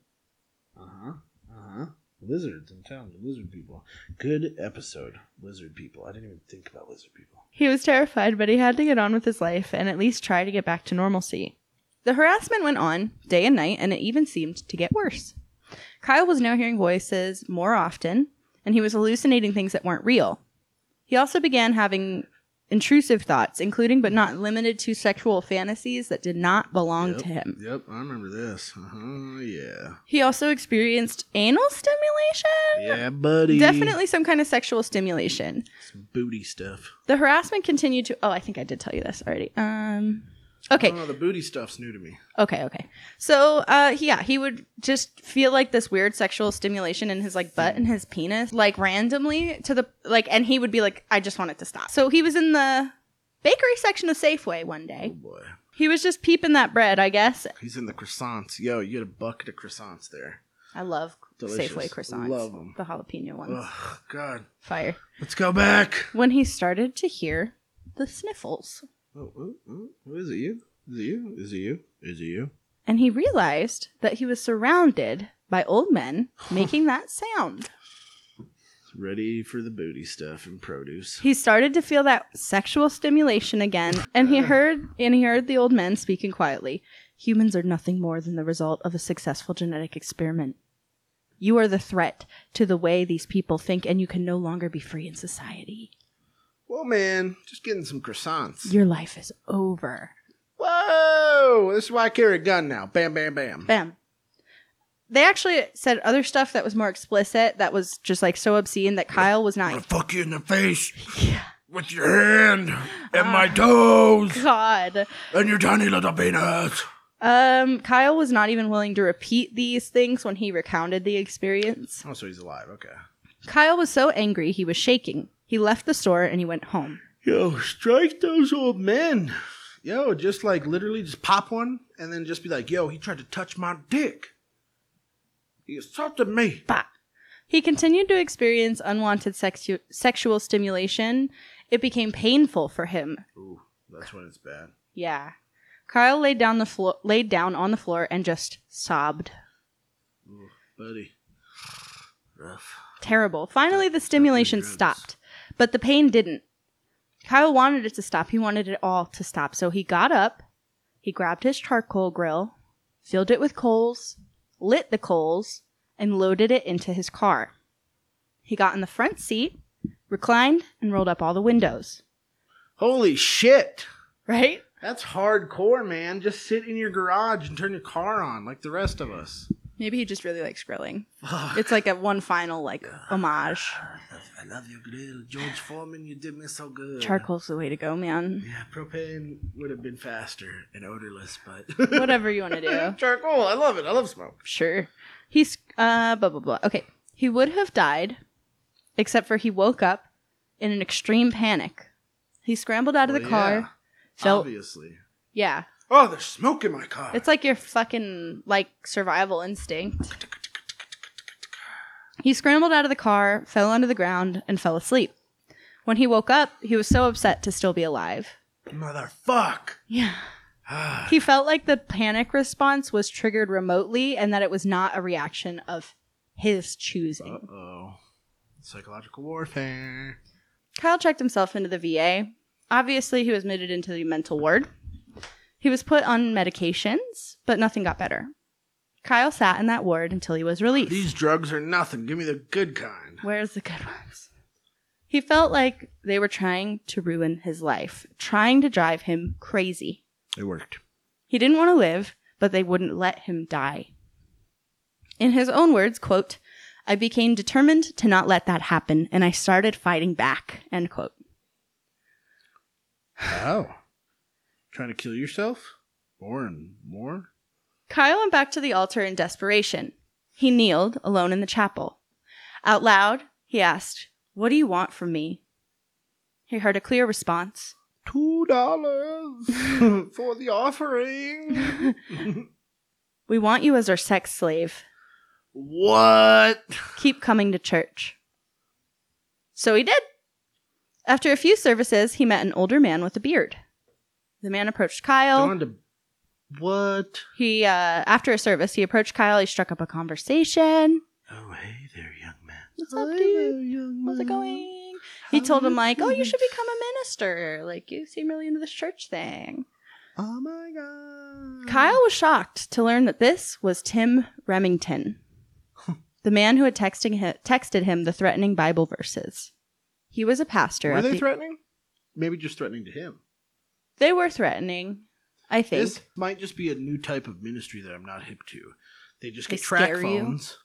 Uh huh. Uh huh. Lizards. I'm telling you, lizard people. Good episode, lizard people. I didn't even think about lizard people. He was terrified, but he had to get on with his life and at least try to get back to normalcy. The harassment went on day and night, and it even seemed to get worse. Kyle was now hearing voices more often, and he was hallucinating things that weren't real. He also began having intrusive thoughts, including but not limited to sexual fantasies that did not belong to him. Yep, I remember this. Uh huh. Yeah. He also experienced anal stimulation. Yeah, buddy. Definitely some kind of sexual stimulation. Some booty stuff. The harassment continued to. Oh, I think I did tell you this already. Um, okay, Oh, the booty stuff's new to me. Okay, okay. So, uh, he- yeah, he would just feel like this weird sexual stimulation in his like butt and his penis, like randomly to the like, and he would be like, "I just want it to stop." So he was in the bakery section of Safeway one Oh day. boy. He was just peeping that bread, I guess. He's in the croissants. Yo, you had a bucket of croissants there. I love Delicious. Safeway croissants, Love 'em. the jalapeno ones, Oh God. fire. Let's go back. When he started to hear the sniffles, Oh, oh, oh. oh, Is it you? Is it you? Is it you? Is it you? and he realized that he was surrounded by old men making that sound. Ready for the booty stuff and produce. He started to feel that sexual stimulation again, and he heard and he heard the old man speaking quietly. Humans are nothing more than the result of a successful genetic experiment. You are the threat to the way these people think, and you can no longer be free in society. Well, man, just getting some croissants. Your life is over. Whoa! This is why I carry a gun now. Bam, bam, bam. Bam. They actually said other stuff that was more explicit, that was just like so obscene that Kyle was I'm gonna [LAUGHS] not. fuck you in the face with your hand and my toes God. and your tiny little penis. Um, Kyle was not even willing to repeat these things when he recounted the experience. Oh, so he's alive. Okay. Kyle was so angry he was shaking. He left the store and he went home. Yo, strike those old men. Yo, just like literally just pop one and then just be like, yo, he tried to touch my dick. He assaulted me. Bah. He continued to experience unwanted sexu- sexual stimulation. It became painful for him. Ooh, that's when it's bad. Yeah. Kyle laid down the floor laid down on the floor and just sobbed. Ooh, buddy. Rough. Terrible. Finally the stimulation Drugs. stopped, but the pain didn't. Kyle wanted it to stop. He wanted it all to stop. So he got up, he grabbed his charcoal grill, filled it with coals, lit the coals, and loaded it into his car. He got in the front seat, reclined, and rolled up all the windows. Holy shit. Right? That's hardcore, man. Just sit in your garage and turn your car on like the rest of us. Maybe he just really likes grilling. Fuck. It's like a one final like homage. I love your grill. George Foreman, you did me so good. Charcoal's the way to go, man. Yeah, propane would have been faster and odorless, but. Whatever you want to do. [LAUGHS] Charcoal. I love it. I love smoke. Sure. He's uh blah blah blah. Okay. He would have died, except for he woke up in an extreme panic. He scrambled out of the Well, car. yeah. Felt Obviously. yeah. Oh, there's smoke in my car. It's like your fucking like survival instinct. He scrambled out of the car, fell onto the ground, and fell asleep. When he woke up, he was so upset to still be alive. Motherfuck. [SIGHS] Yeah. He felt like the panic response was triggered remotely and that it was not a reaction of his choosing. oh. Psychological warfare. Kyle checked himself into the VA. Obviously, he was admitted into the mental ward. He was put on medications, but nothing got better. Kyle sat in that ward until he was released. These drugs are nothing. Give me the good kind. Where's the good ones? He felt like they were trying to ruin his life, trying to drive him crazy. It worked. He didn't want to live, but they wouldn't let him die. In his own words, quote, I became determined to not let that happen, and I started fighting back, end quote. Oh. Trying to kill yourself? More and more? Kyle went back to the altar in desperation. He kneeled alone in the chapel. Out loud, he asked, What do you want from me? He heard a clear response. Two dollars [LAUGHS] for the offering. We want you as our sex slave. What? Keep coming to church. So he did. After a few services, he met an older man with a beard. The man approached Kyle. Going to what? He, uh, after a service, he approached Kyle. He struck up a conversation. Oh, hey there, young man. What's up, Hi dude? there, young How's man. it going? He How told you him like, "Oh, you doing? should become a minister. Like, you seem really into this church thing." Oh my god. Kyle was shocked to learn that this was Tim [LAUGHS] Remington, the man who had texting hi- texted him the threatening Bible verses. He was a pastor. Were at they the- threatening? Maybe just threatening to him. They were threatening. I think This might just be a new type of ministry that I'm not hip to. They just They get track scare you? phones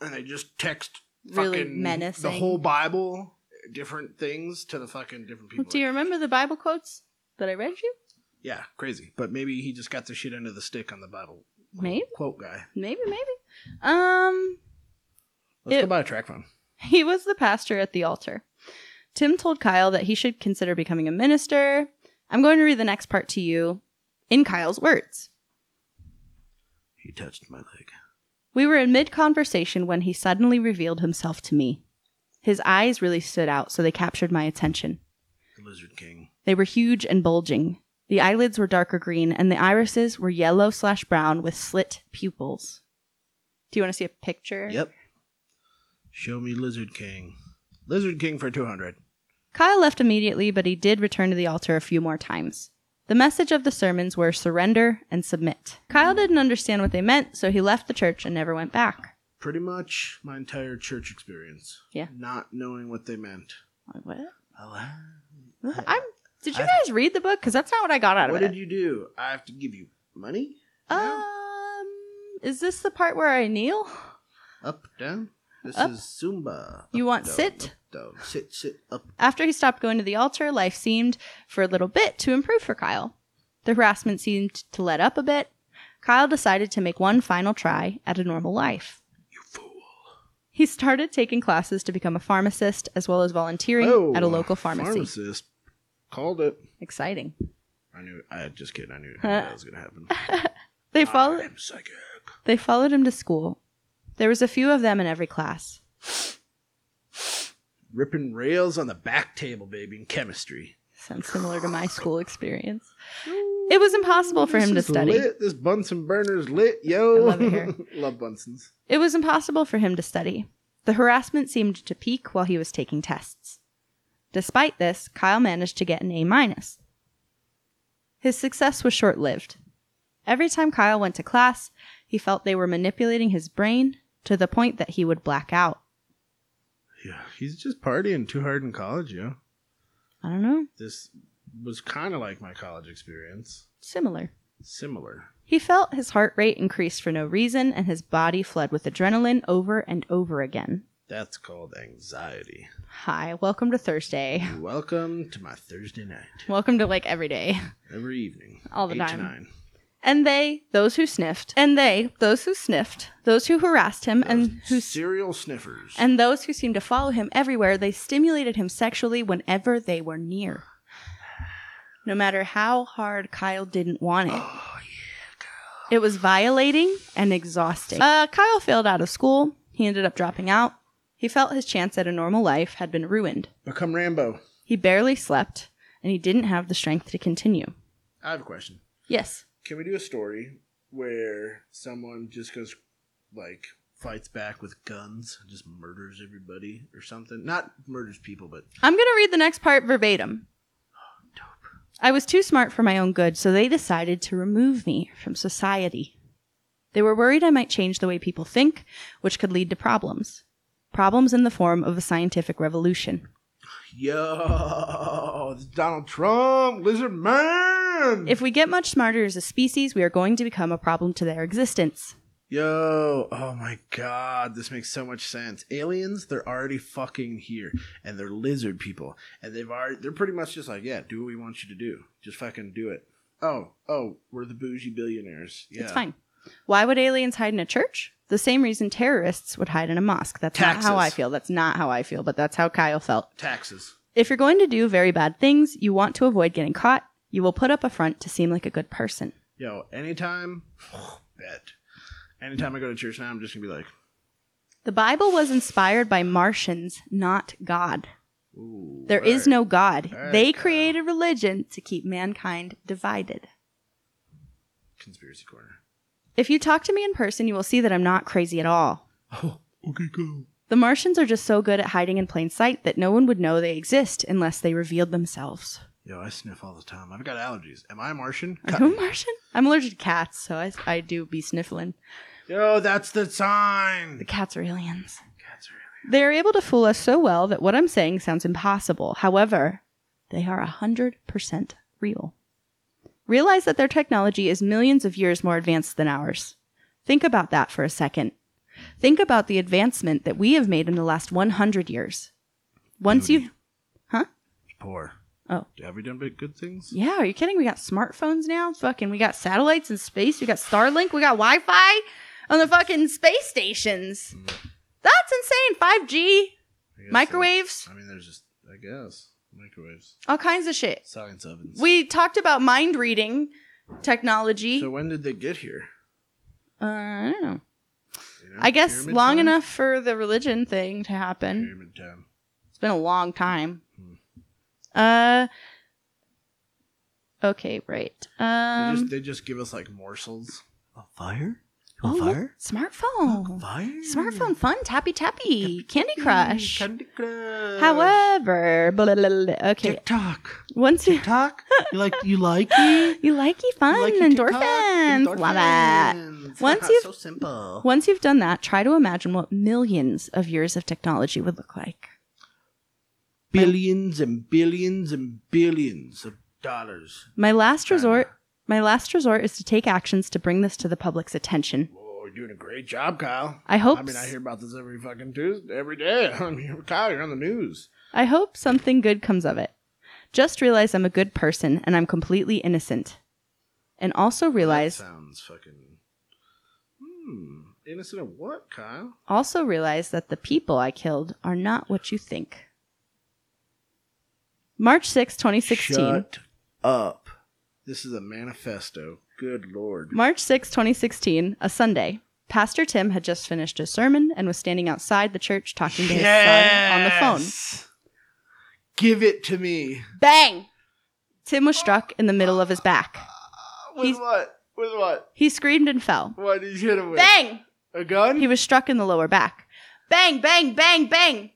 and they just text Really fucking menacing. the whole Bible, different things to the fucking different people. Do you remember the Bible quotes that I read you? Yeah, crazy. But maybe he just got the shit under the stick on the Bible Maybe, quote guy. maybe, maybe. Um, Let's It- go buy a track phone. He was the pastor at the altar. Tim told Kyle that he should consider becoming a minister. I'm going to read the next part to you in Kyle's words. He touched my leg. We were in mid conversation when he suddenly revealed himself to me. His eyes really stood out, so they captured my attention. The Lizard King. They were huge and bulging. The eyelids were darker green, and the irises were yellow slash brown with slit pupils. Do you want to see a picture? Yep. Show me Lizard King. Lizard King for 200. Kyle left immediately, but he did return to the altar a few more times. The message of the sermons were surrender and submit. Kyle didn't understand what they meant, so he left the church and never went back. Pretty much my entire church experience. Yeah. Not knowing what they meant. Like, What? Hello? I'm. Did you guys read the book? Because that's not what I got out of What it. did you do? I have to give you money? No? um, is this the part where I kneel? Up, down? This up. is Zumba. You Up, want down, sit? Up, down. Sit, sit, up. After he stopped going to the altar, life seemed, for a little bit, to improve for Kyle. The harassment seemed to let up a bit. Kyle decided to make one final try at a normal life. You fool. He started taking classes to become a pharmacist as well as volunteering Oh, at a local pharmacy. Pharmacist. Called it. Exciting. I knew. I just kidding. I knew, Huh. I knew that was gonna [LAUGHS] happen. They followed I'm psychic. they followed him to school. There was a few of them in every class. Ripping rails on the back table, baby, in chemistry. Sounds similar to my school experience. It was impossible for him to This is study. Lit. This Bunsen burner's lit, yo. I love it here. [LAUGHS] Love Bunsen's. It was impossible for him to study. The harassment seemed to peak while he was taking tests. Despite this, Kyle managed to get an A minus. His success was short lived. Every time Kyle went to class, he felt they were manipulating his brain to the point that he would black out. Yeah, he's just partying too hard in college, yo. I don't know, This was kind of like my college experience. similar. Similar. He felt his heart rate increase for no reason and his body flood with adrenaline over and over again. That's called anxiety. Hi, welcome to Thursday. Welcome to my Thursday night. Welcome to like every day. Every evening. All the eight to time. nine. And they, those who sniffed, and they, those who sniffed, those who harassed him, and Those who serial sniffers. and those who seemed to follow him everywhere, they stimulated him sexually whenever they were near. no matter how hard Kyle didn't want it. It was violating and exhausting. Uh, Kyle failed out of school. He ended up dropping out. He felt his chance at a normal life had been ruined. Become Rambo. He barely slept, and he didn't have the strength to continue. I have a question. Yes. Can we do a story where someone just goes like fights back with guns and just murders everybody or something? Not murders people, but I'm going to read the next part verbatim. I was too smart for my own good, so they decided to remove me from society. They were worried I might change the way people think, which could lead to problems. Problems in the form of a scientific revolution. yo, it's Donald Trump, lizard man. If we get much smarter as a species, we are going to become a problem to their existence. Yo, oh my god, this makes so much sense. Aliens, they're already fucking here, and they're lizard people, and they've already they're pretty much just like, yeah, do what we want you to do, just fucking do it. Oh, oh, we're the bougie billionaires. Yeah, It's fine. Why would aliens hide in a church? The same reason terrorists would hide in a mosque. That's not how I Taxes. feel. That's not how I feel, but that's how Kyle felt. Taxes. If you're going to do very bad things, you want to avoid getting caught. You will put up a front to seem like a good person. Yo, anytime, [SIGHS] bet. Anytime I go to church now, I'm just gonna be like, The Bible was inspired by Martians, not God. ooh. There is no God. All right, They Kyle. created religion to keep mankind divided. conspiracy corner. [GASPS] If you talk to me in person, you will see that I'm not crazy at all. Oh, okay, go. The Martians are just so good at hiding in plain sight that no one would know they exist unless they revealed themselves. Yo, I sniff all the time. I've got allergies. Am I a Martian? Are you a Martian? I'm allergic to cats, so I, I do be sniffling. Yo, that's the The sign. cats are aliens. Cats are really. They are able to fool us so well that what I'm saying sounds impossible. However, they are 100% real. Realize that their technology is millions of years more advanced than ours. Think about that for a second. Think about the advancement that we have made in the last 100 years. Once Dude. you. Poor. Oh. Have we done big good things? Yeah, are you kidding? We got smartphones now. Fucking, we got satellites in space. We got Starlink. We got Wi Fi on the fucking space stations. That's insane. 5G, I guess so. microwaves, I mean, there's just, I guess, microwaves, all kinds of shit. science ovens. We talked about mind reading technology. so when did they get here? uh, I don't know. You know, I guess pyramid long time? enough for the religion thing to happen. Pyramid time. It's been a long time. Hmm. Uh. Okay, right. They, Um. just, they just give us like morsels. A fire? oh, look, smartphone. Oh, Fire? Smartphone fun, tappy tappy, Candy Crush. Candy Crush. However, blah, blah, blah, blah. okay. TikTok. Once you TikTok. you like you [LAUGHS] like me? you like it fun, You like your TikTok? endorphins, love it. [LAUGHS] Endorphins. Once you've- so simple. Once you've done that, try to imagine what millions of years of technology would look like. billions and billions and billions of dollars. My last resort, my last resort is to take actions to bring this to the public's attention. Whoa, you're doing a great job, Kyle. I hope I mean, I s- hear about this every fucking Tuesday, every day. [LAUGHS] I mean, Kyle, you're on the news. I hope something good comes of it. Just realize I'm a good person and I'm completely innocent. And also realize That sounds fucking. Hmm. Innocent of what, Kyle? also realize that the people I killed are not what you think. March sixth, 2016. Shut up. This is a manifesto. Good lord. March sixth, 2016, a Sunday. Pastor Tim had just finished his sermon and was standing outside the church talking to his son on the phone. Yes! Give it to me. Bang! Tim was struck in the middle of his back. With He's- what? With what? He screamed and fell. What did you hit him with? Bang! A gun? He was struck in the lower back. Bang, bang, bang, bang!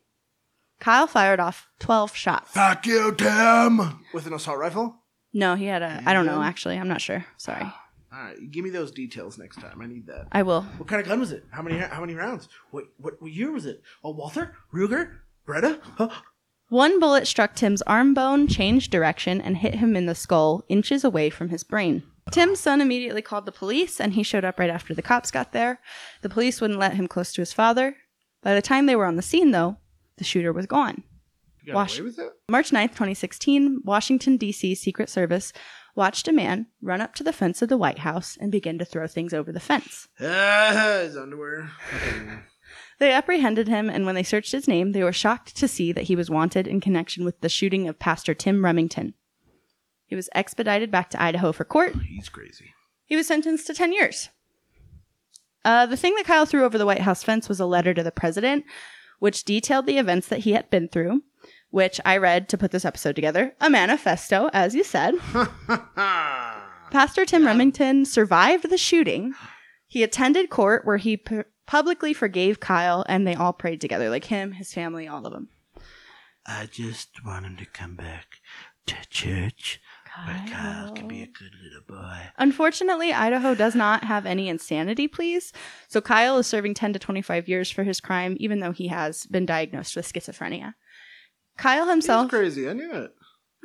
Kyle fired off 12 shots. Fuck you, Tim! With an assault rifle? No, he had a. I don't know, Handgun? actually. I'm not sure. Sorry. All right, give me those details next time. I need that. I will. What kind of gun was it? How many how many rounds? What what, what year was it? A Walther, Ruger, Beretta? Huh? One bullet struck Tim's arm bone, changed direction, and hit him in the skull, inches away from his brain. Tim's son immediately called the police, and he showed up right after the cops got there. The police wouldn't let him close to his father. By the time they were on the scene, though, the shooter was gone. You got Wash- away with it? March 9th, 2016, Washington, D.C. Secret Service watched a man run up to the fence of the White House and begin to throw things over the fence. Ah, [LAUGHS] his underwear. Fucking- They apprehended him, and when they searched his name, they were shocked to see that he was wanted in connection with the shooting of Pastor Tim Remington. He was expedited back to Idaho for court. He's crazy. [LAUGHS] He was sentenced to 10 years. Uh, the thing that Kyle threw over the White House fence was a letter to the president, which detailed the events that he had been through, which I read to put this episode together. A manifesto, as you said. Pastor Tim Remington survived the shooting. He attended court where he pu- publicly forgave Kyle and they all prayed together, like him, his family, all of them. I just want him to come back to church where Kyle can Oh. be a good little boy. Unfortunately, Idaho does not have any insanity pleas, so Kyle is serving 10 to 25 years for his crime, even though he has been diagnosed with schizophrenia. Kyle He's himself, crazy. I knew it.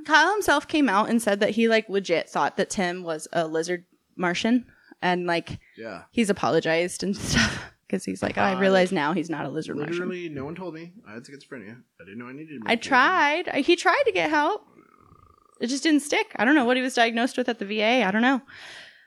Kyle himself came out and said that he like legit thought that Tim was a lizard Martian, and like Yeah. he's apologized and [LAUGHS] stuff because he's like, oh, I God. realize now he's not a lizard Martian. Literally, no one told me I had schizophrenia. I didn't know I needed. I medication. tried. I- He tried to get help. It just didn't stick. I don't know what he was diagnosed with at the VA. I don't know.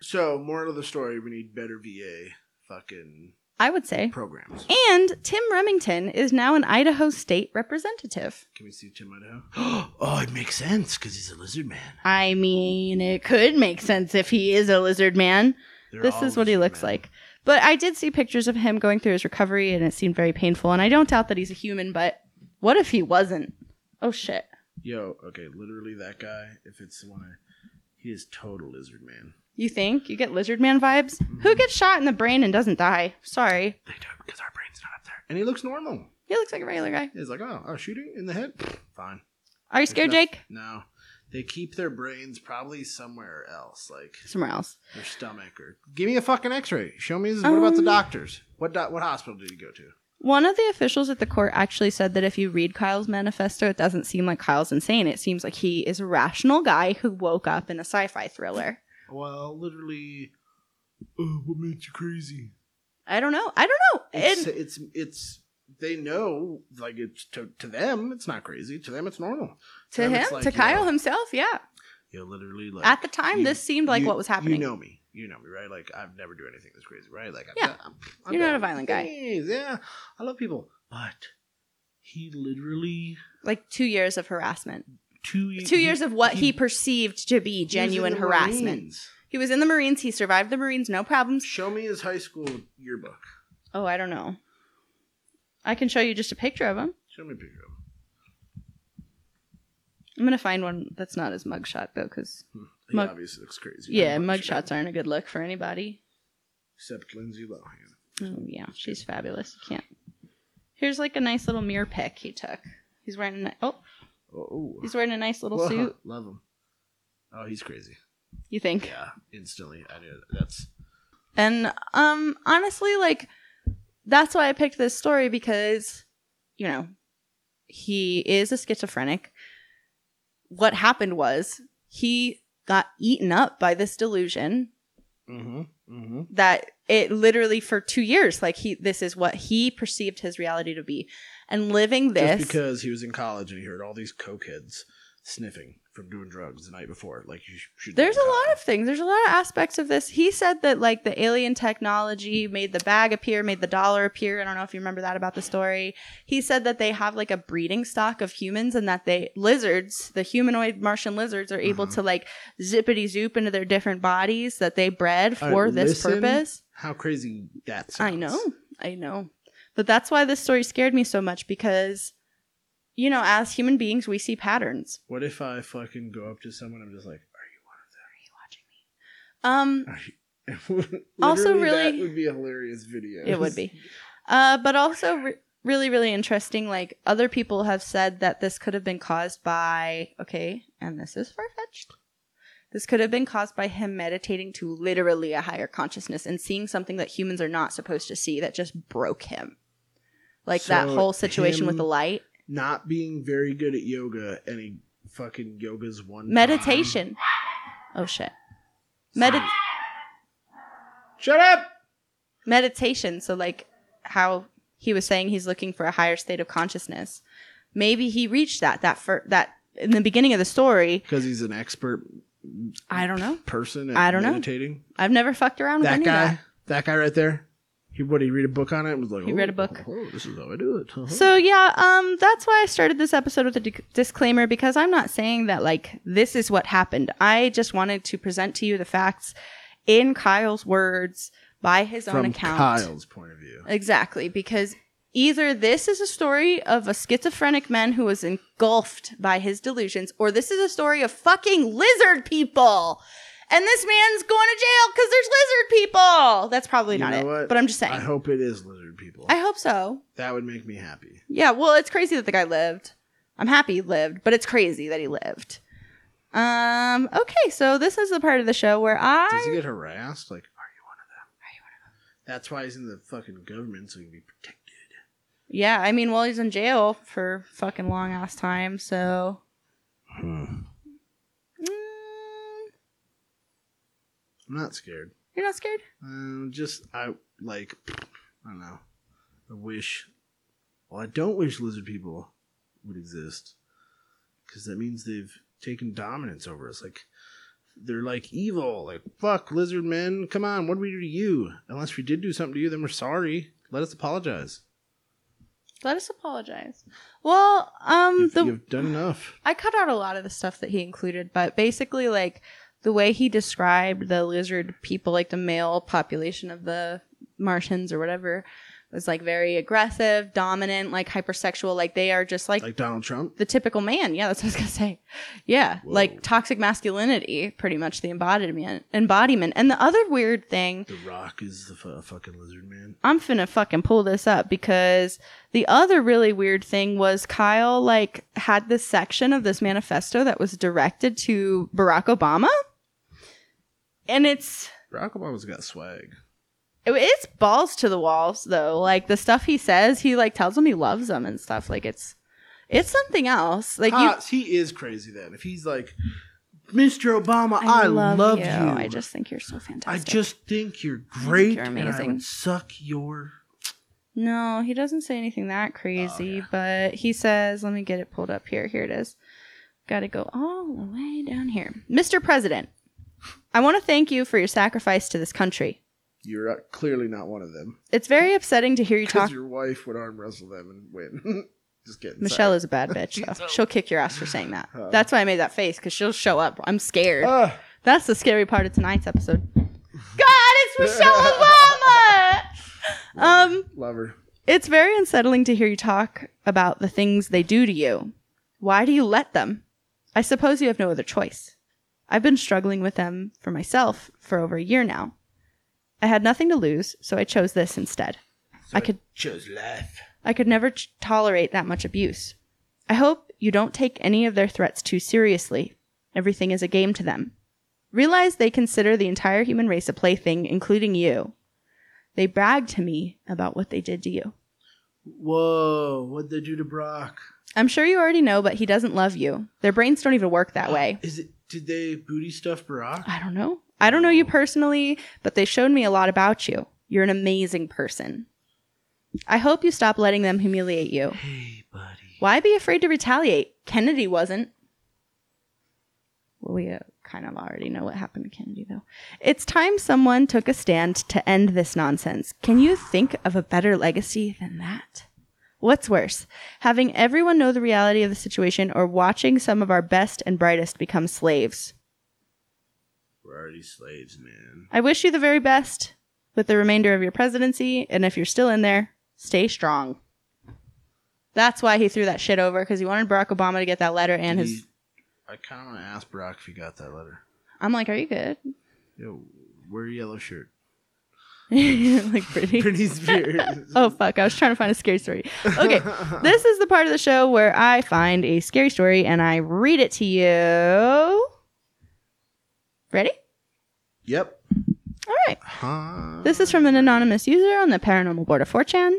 So, moral of the story: we need better VA fucking I would say programs. And Tim Remington is now an Idaho state representative. Can we see Tim Idaho? [GASPS] Oh, it makes sense because he's a lizard man. I mean, it could make sense if he is a lizard man. They're this all is what he lizard looks men. like. But I did see pictures of him going through his recovery and it seemed very painful. And I don't doubt that he's a human, but what if he wasn't? Oh shit. Yo, okay, literally that guy. If it's the one, I- he is total lizard man. You think? You get lizard man vibes? Who Mm-hmm. gets shot in the brain and doesn't die? Sorry. They don't because our brain's not up there. And he looks normal. He looks like a regular guy. He's like, oh, oh, shooting in the head. Fine. Are you scared, There's Jake? no- No, they keep their brains probably somewhere else, like Somewhere else. their stomach or. Give me a fucking X-ray. Show me. This. What about the Um. doctors? What do- what hospital did you go to? One of the officials at the court actually said that if you read Kyle's manifesto, it doesn't seem like Kyle's insane. It seems like he is a rational guy who woke up in a sci fi thriller. Well, literally. Oh, what made you crazy? I don't know. I don't know. It's And it's it's they know like it's to, to them it's not crazy to them it's normal to him, it's like, to you Kyle know, himself, yeah. you know, literally like At the time, you- this seemed like you- what was happening. You know me. You know me, right? Like I've never do anything this crazy, right? Like I've Yeah. um, done- I've You're not done a violent guy. things, Yeah, I love people, but he literally like two years of harassment, two ye- two years of what he, he- perceived to be he was in genuine the harassment. Marines. He was in the Marines. He survived the Marines, no problems. Show me his high school yearbook. Oh, I don't know. I can show you just a picture of him. Show me a picture of him. I'm going to find one that's not his mugshot, though, because, He Mug- obviously looks crazy. yeah, Mug shot. mugshots aren't a good look for anybody. Except Lindsay Lohan. Oh yeah, she's fabulous. You can't. Here's like a nice little mirror pick he took. He's wearing a ni- oh, Oh, he's wearing a nice little Whoa, suit. Love him. Oh, he's crazy. You think? Yeah, instantly. I knew that. that's And um, honestly, like that's why I picked this story because, you know, he is a schizophrenic. What happened was he got eaten up by this delusion mm-hmm, mm-hmm. that it literally for two years, like he this is what he perceived his reality to be, and living this. Just because he was in college and he heard all these cokeheads sniffing from doing drugs the night before. Like you sh- should. There's a lot of things. There's a lot of aspects of this. He said that like the alien technology made the bag appear, made the dollar appear. I don't know if you remember that about the story. He said that they have like a breeding stock of humans and that they lizards, the humanoid Martian lizards are able Mhm. to like zippity zoop into their different bodies that they bred for this listen. purpose. How crazy that sounds. I know. I know. But that's why this story scared me so much because you know, as human beings, we see patterns. What if I fucking go up to someone? I'm just like, are Um, you [LAUGHS] one of them? Also, Literally, really- that would be a hilarious video. It would be. Uh, but also, re- really, really interesting. Like, other people have said that this could have been caused by, okay, and this is far fetched. This could have been caused by him meditating to literally a higher consciousness and seeing something that humans are not supposed to see that just broke him. Like that So whole situation with him- the light. [LAUGHS] Not being very good at yoga, and he fucking yoga's one time- Meditation. Oh, shit. Medi- Shut up. meditation. So, like how he was saying he's looking for a higher state of consciousness. Maybe he reached that that for that in the beginning of the story. Because he's an expert I don't know. person at I don't know. meditating. I've never fucked around with That any guy, of that. that guy right there, He what? He read a book on it. and Was like, He "Oh, read a book." oh, this is how I do it. Uh-huh. So yeah, um, that's why I started this episode with a dic- disclaimer because I'm not saying that like this is what happened. I just wanted to present to you the facts in Kyle's words by his own from account. Kyle's point of view, Exactly, because either this is a story of a schizophrenic man who was engulfed by his delusions, or this is a story of fucking lizard people. And this man's going to jail because there's lizard people. That's probably You not know it. what? But I'm just saying. I hope it is lizard people. I hope so. that would make me happy. Yeah, well, it's crazy that the guy lived. I'm happy he lived, but it's crazy that he lived. Um, okay, so this is the part of the show where I Does he get harassed? Like, are you one of them? Are you one of them? That's why he's in the fucking government, so he can be protected. Yeah, I mean, well, he's in jail for fucking long ass time, so Mm, I'm not scared. you're not scared? Um, just I like, I don't know. I wish. Well, I don't wish lizard people would exist, because that means they've taken dominance over us. Like, they're like evil. Like, fuck lizard men. Come on, what did we do to you? Unless we did do something to you, then we're sorry. Let us apologize. Let us apologize. Well, um, You've, the you've done enough. I cut out a lot of the stuff that he included, but basically, like the way he described the lizard people, like the male population of the Martians or whatever, was like very aggressive, dominant, like hypersexual. Like they are just like, Like Donald Trump. the typical man. Yeah, that's what I was gonna say. Yeah, Whoa. like toxic masculinity, pretty much the embodiment. Embodiment. And the other weird thing The Rock is the fu- fucking lizard man. I'm finna fucking pull this up because the other really weird thing was Kyle like had this section of this manifesto that was directed to Barack Obama, and it's Barack Obama's got swag. it's balls to the walls though. Like the stuff he says, he like tells them he loves them and stuff. Like it's it's something else. Like you, Hobbs, he is crazy then. If he's like, Mr. Obama, I, love, you. I just think you're so I fantastic. just think you're great. you're and I amazing. would suck your. No, he doesn't say anything that Oh, crazy, but he says, let me get it pulled up here. Here it is. Got to go all the way down here. Mr. President, I want to thank you for your sacrifice to this country. [LAUGHS] You're uh, clearly not one of them. It's very upsetting to hear you Because talk. your wife would arm wrestle them and win. [LAUGHS] just kidding. Michelle sorry. is [LAUGHS] a bad bitch, though. She'll kick your ass for saying that. Oh. That's why I made that face, because she'll show up. I'm scared. Ah, That's the scary part of tonight's episode. God, it's [LAUGHS] Michelle Obama! Um, love her. It's very unsettling to hear you talk about the things they do to you. Why do you let them? I suppose you have no other choice. I've been struggling with them for myself for over a year now. I had nothing to lose, so I chose this instead. I could Chose life. I could never t- tolerate that much abuse. I hope you don't take any of their threats too seriously. Everything is a game to them. Realize they consider the entire human race a plaything, including you. They brag to me about what they did to you. Whoa, what'd they do to Brock? I'm sure you already know, but he doesn't love you. Their brains don't even work that way. [GASPS] Is it. Did they booty stuff Brock? I don't know. I don't know you personally, but they showed me a lot about you. You're an amazing person. I hope you stop letting them humiliate you. Hey, buddy. Why be afraid to retaliate? Kennedy wasn't. Well, we uh, kind of already know what happened to Kennedy, though. It's time someone took a stand to end this nonsense. Can you think of a better legacy than that? What's worse, having everyone know the reality of the situation or watching some of our best and brightest become slaves? We're already slaves, man. I wish you the very best with the remainder of your presidency, and if you're still in there, stay strong. That's why he threw that shit over, because he wanted Barack Obama to get that letter and Did his he- I kind of want to ask Brock if he got that letter. I'm like, are you good? [LAUGHS] Yo, wear a yellow shirt. like [LAUGHS] pretty. Britney [LAUGHS] Spears. Oh fuck! I was trying to find a scary story. [LAUGHS] Okay, this is the part of the show where I find a scary story and I read it to you. Ready? Yep. All right. Huh. This is from an anonymous user on the paranormal board of 4chan.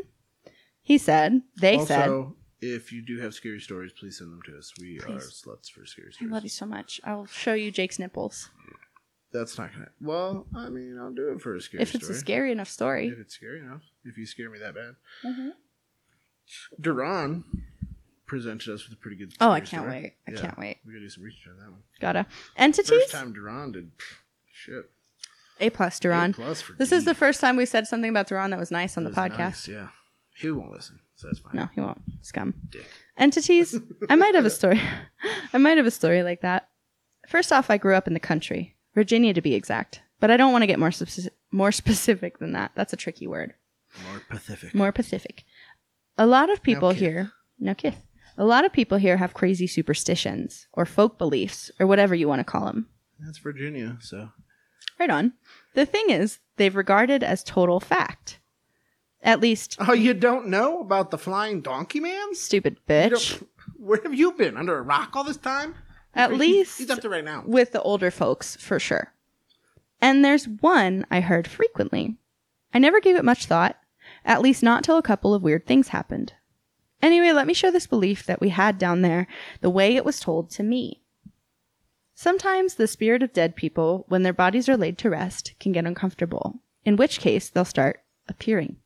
He said, "They said, also, if you do have scary stories, please send them to us. We are Please. sluts for scary I stories. love you so much. I'll show you Jake's nipples That's not gonna. Well, I mean, I'll do it for a scary if it's story. a scary enough story." If it's scary enough, if you scare me that bad. Mhm. Duran presented us with a pretty good. Oh, I scary can't story. wait! I Yeah. can't wait. We gotta do some research on that one. Gotta First entities. time Duran did. pfft, Shit. A plus, Duran. Plus for This is D. the first time we said something about Duran that was nice on That the was podcast. nice, yeah. He won't listen, so that's fine. No, he won't. Scum. Dick. [LAUGHS] Entities. I might have a story. I might have a story like that. First off, I grew up in the country, Virginia to be exact, but I don't want to get more speci- more [LAUGHS] specific than that. That's a tricky word. More Pacific. More Pacific. A lot of people kith. here, no kith. A lot of people here have crazy superstitions or folk beliefs or whatever you want to call them. That's Virginia, so Right on. The thing is, they've regarded as total fact. At least, Oh, you don't know about the flying donkey man? stupid [LAUGHS] You bitch. don't- Where have you been? Under a rock all this time? At He's- least he's up there right now. with the older folks for sure. And there's one I heard frequently. I never gave it much thought, at least not till a couple of weird things happened. Anyway, let me share this belief that we had down there the way it was told to me. Sometimes the spirit of dead people, when their bodies are laid to rest, can get uncomfortable, in which case they'll start appearing.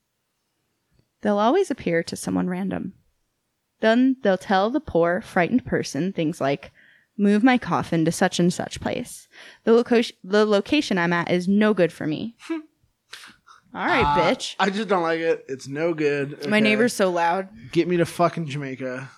They'll always appear to someone random. Then they'll tell the poor, frightened person things like, move my coffin to such and such place. The, loco- the location I'm at is no good for [LAUGHS] me. All right, Uh, bitch. I just don't like it. It's no good. Ah, My Okay. neighbor's so loud. Get me to fucking Jamaica.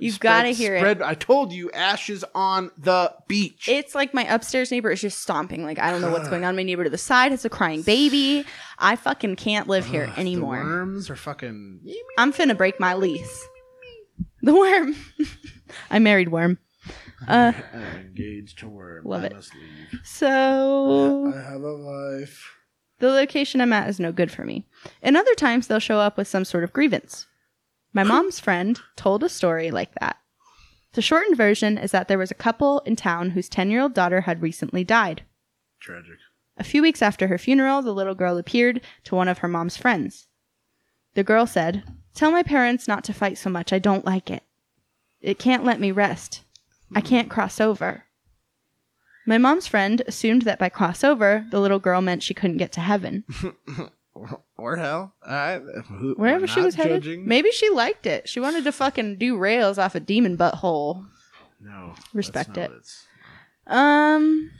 You Spread- gotta hear it. spread, I told you, ashes on the beach. It's like my upstairs neighbor is just stomping. Like, I don't know Ah. what's going on. My neighbor to the side has a crying baby. I fucking can't live here Ugh, Ah, The anymore. worms are fucking. I'm finna break my lease. The worm. [LAUGHS] I married worm. Uh, I'm engaged to worm. Love I it. Must leave. so. I have a life. The location I'm at is no good for me. And other times they'll show up with some sort of grievance. My mom's friend told a story like that. The shortened version is that there was a couple in town whose 10 year old daughter had recently died. Tragic. A few weeks after her funeral, the little girl appeared to one of her mom's friends. The girl said, Tell my parents not to fight so much. I don't like it. It can't let me rest. I can't cross over. My mom's friend assumed that by cross over, the little girl meant she couldn't get to heaven. [LAUGHS] Or, or hell. I, who, Wherever we're she not was headed, judging. maybe she liked it. She wanted to fucking do rails off a demon butthole. No. that's Respect not it. what it's- Um.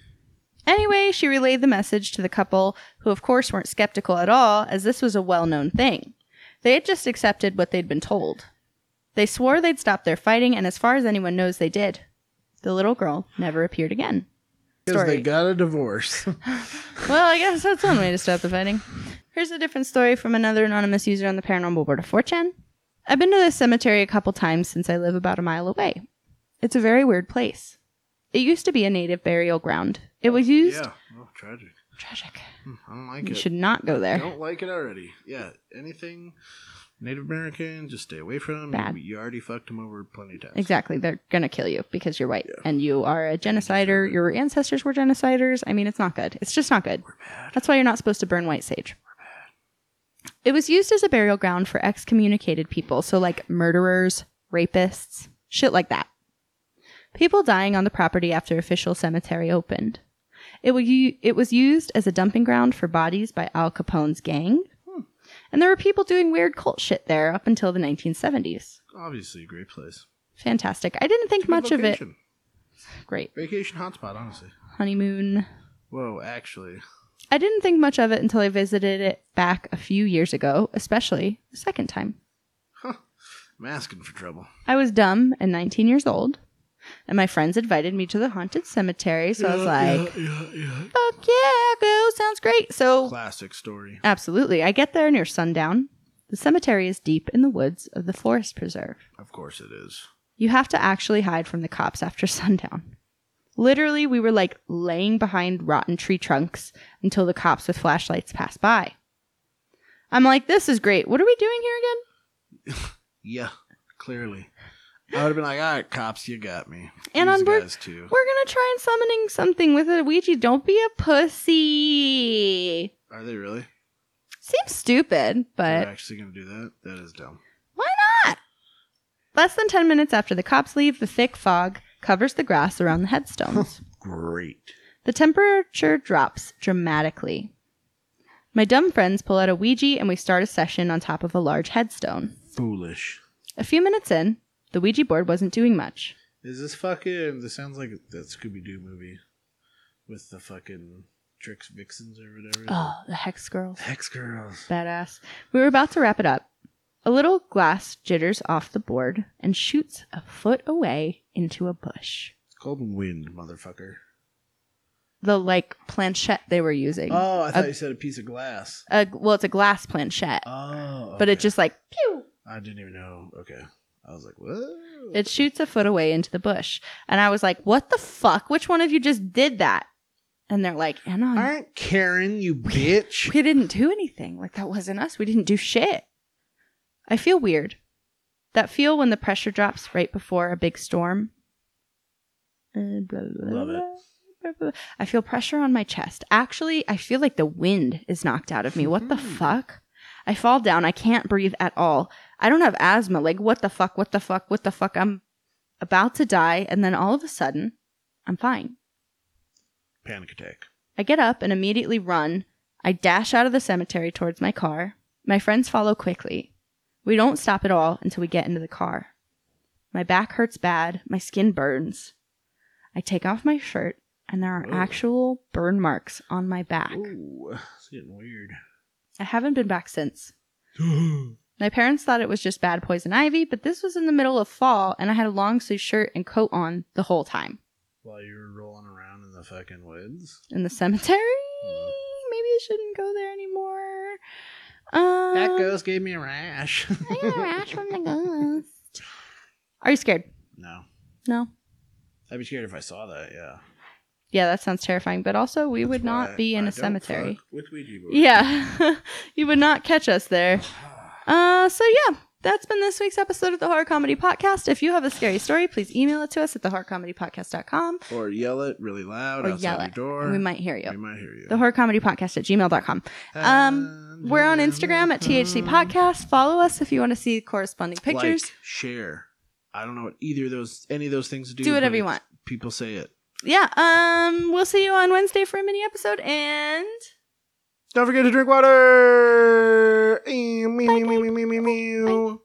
Anyway, she relayed the message to the couple, who of course weren't skeptical at all, as this was a well known thing. They had just accepted what they'd been told. They swore they'd stop their fighting, and as far as anyone knows, they did. The little girl never appeared again. Because Story. they got a [LAUGHS] divorce. [LAUGHS] Well, I guess that's one way to stop the fighting. Here's a different story from another anonymous user on the paranormal board of 4chan. I've been to this cemetery a couple times since I live about a mile away. It's a very weird place. It used to be a native burial ground. It was used. yeah. Oh, tragic. Tragic. Hmm, I don't like You it. should not go there. don't like it already. Yeah, anything Native American, just stay away from them. Bad. You, you already fucked them over plenty of times. Exactly. They're going to kill you because you're white and you are a genocider. Your ancestors were genociders. I mean, it's not good. It's just not good. That's why you're not supposed to burn white sage. It was used as a burial ground for excommunicated people, so like murderers, rapists, shit like that. People dying on the property after official cemetery opened. It, wa- u- it was used as a dumping ground for bodies by Al Capone's gang. And there were people doing weird cult shit there up until the 1970s. Obviously, a great place. Fantastic. I didn't think Good much of it. location. Great. Vacation hotspot, honestly. Honeymoon. Whoa, actually. I didn't think much of it until I visited it back a few years ago, especially the second time. I'm asking for trouble. I was dumb and 19 years old, and my friends invited me to the haunted cemetery, [LAUGHS] so I was like, fuck yeah, go, sounds great. So Classic story. Absolutely. I get there near sundown. The cemetery is deep in the woods of the forest preserve. Of course it is. You have to actually hide from the cops after [LAUGHS] sundown. Literally, we were like laying behind rotten tree trunks until the cops with flashlights passed by. I'm like, this is great. What are we doing here again? Yeah, clearly. I would have been like, all right, cops, you got me. And These on board- guys, too. We're gonna try and summoning something with a Ouija. Don't be a pussy. Are they really? Seems stupid, They're but actually going to do that? That is dumb. less than 10 minutes after the cops leave, the thick fog covers the grass around the headstones. Great. The temperature drops dramatically. My dumb friends pull out a Ouija and we start a session on top of a large headstone. Foolish. A few minutes in, the Ouija board wasn't doing much. Is this fucking? This sounds like that Scooby Doo movie with the fucking Tricks Vixens or whatever. Oh, the Hex Girls. Hex Girls. Badass. We were about to wrap it up. A little glass jitters off the board and shoots a foot away into a bush. It's called wind, motherfucker. The like planchette they were using. Oh, I thought A- you said a piece of glass. A- well, it's a glass planchette, Oh. but it okay. just like pew. I didn't even know. Okay. I was like, what? It shoots a foot away into the bush, and I was like, "What the fuck? Which one of you just did that?" And they're like, "Anna, Aren't Karen, you bitch. we didn't do anything. Like that wasn't us. We didn't do shit. I feel weird. That feel when the pressure drops right before a big storm. Uh, blah, blah, Love it. blah, blah, blah. I feel pressure on my chest. Actually, I feel like the wind is knocked out of me. What the Mhm. fuck? I fall down. I can't breathe at all. I don't have asthma. Like, what the fuck? What the fuck? What the fuck? I'm about to die. And then all of a sudden, I'm fine. Panic attack. I get up and immediately run. I dash out of the cemetery towards my car. My friends follow quickly. We don't stop at all until we get into the car. My back hurts bad. My skin burns. I take off my shirt, and there are Whoa. actual burn marks on my back. Ooh, it's getting [GASPS] weird. I haven't been back since. My parents thought it was just bad poison ivy, but this was in the middle of fall, and I had a long sleeve shirt and coat on the whole time. While you were rolling around in the fucking woods. In the [LAUGHS] cemetery? Mm. Maybe I shouldn't go there anymore. Um, That ghost gave me a rash. I got a rash from the ghost. [SIGHS] Are you scared? [LAUGHS] no. No. I'd be scared if I saw that, yeah. Yeah, that sounds terrifying. But also, we would That's why not be in I a don't cemetery. fuck With Ouija board. Yeah, [LAUGHS] you would not catch us there. Uh, so yeah, that's been this week's episode of the Horror Comedy Podcast. If you have a scary story, please email it to us at thehorrorcomedypodcast.com. [SIGHS] Or yell it really loud Or outside yell your it. door. and We might hear We you. might hear you. The Horror Comedy Podcast at gmail.com. um, We're on Instagram at THC Podcast. Follow us if you want to see corresponding pictures. Mm-hmm. Like, share. I don't know what either of those, any of those things do. Do whatever but you it's- want. People say it. Yeah, um, we'll see you on Wednesday for a mini episode and. Don't forget to drink water. Meow, meow, meow, meow, meow, meow.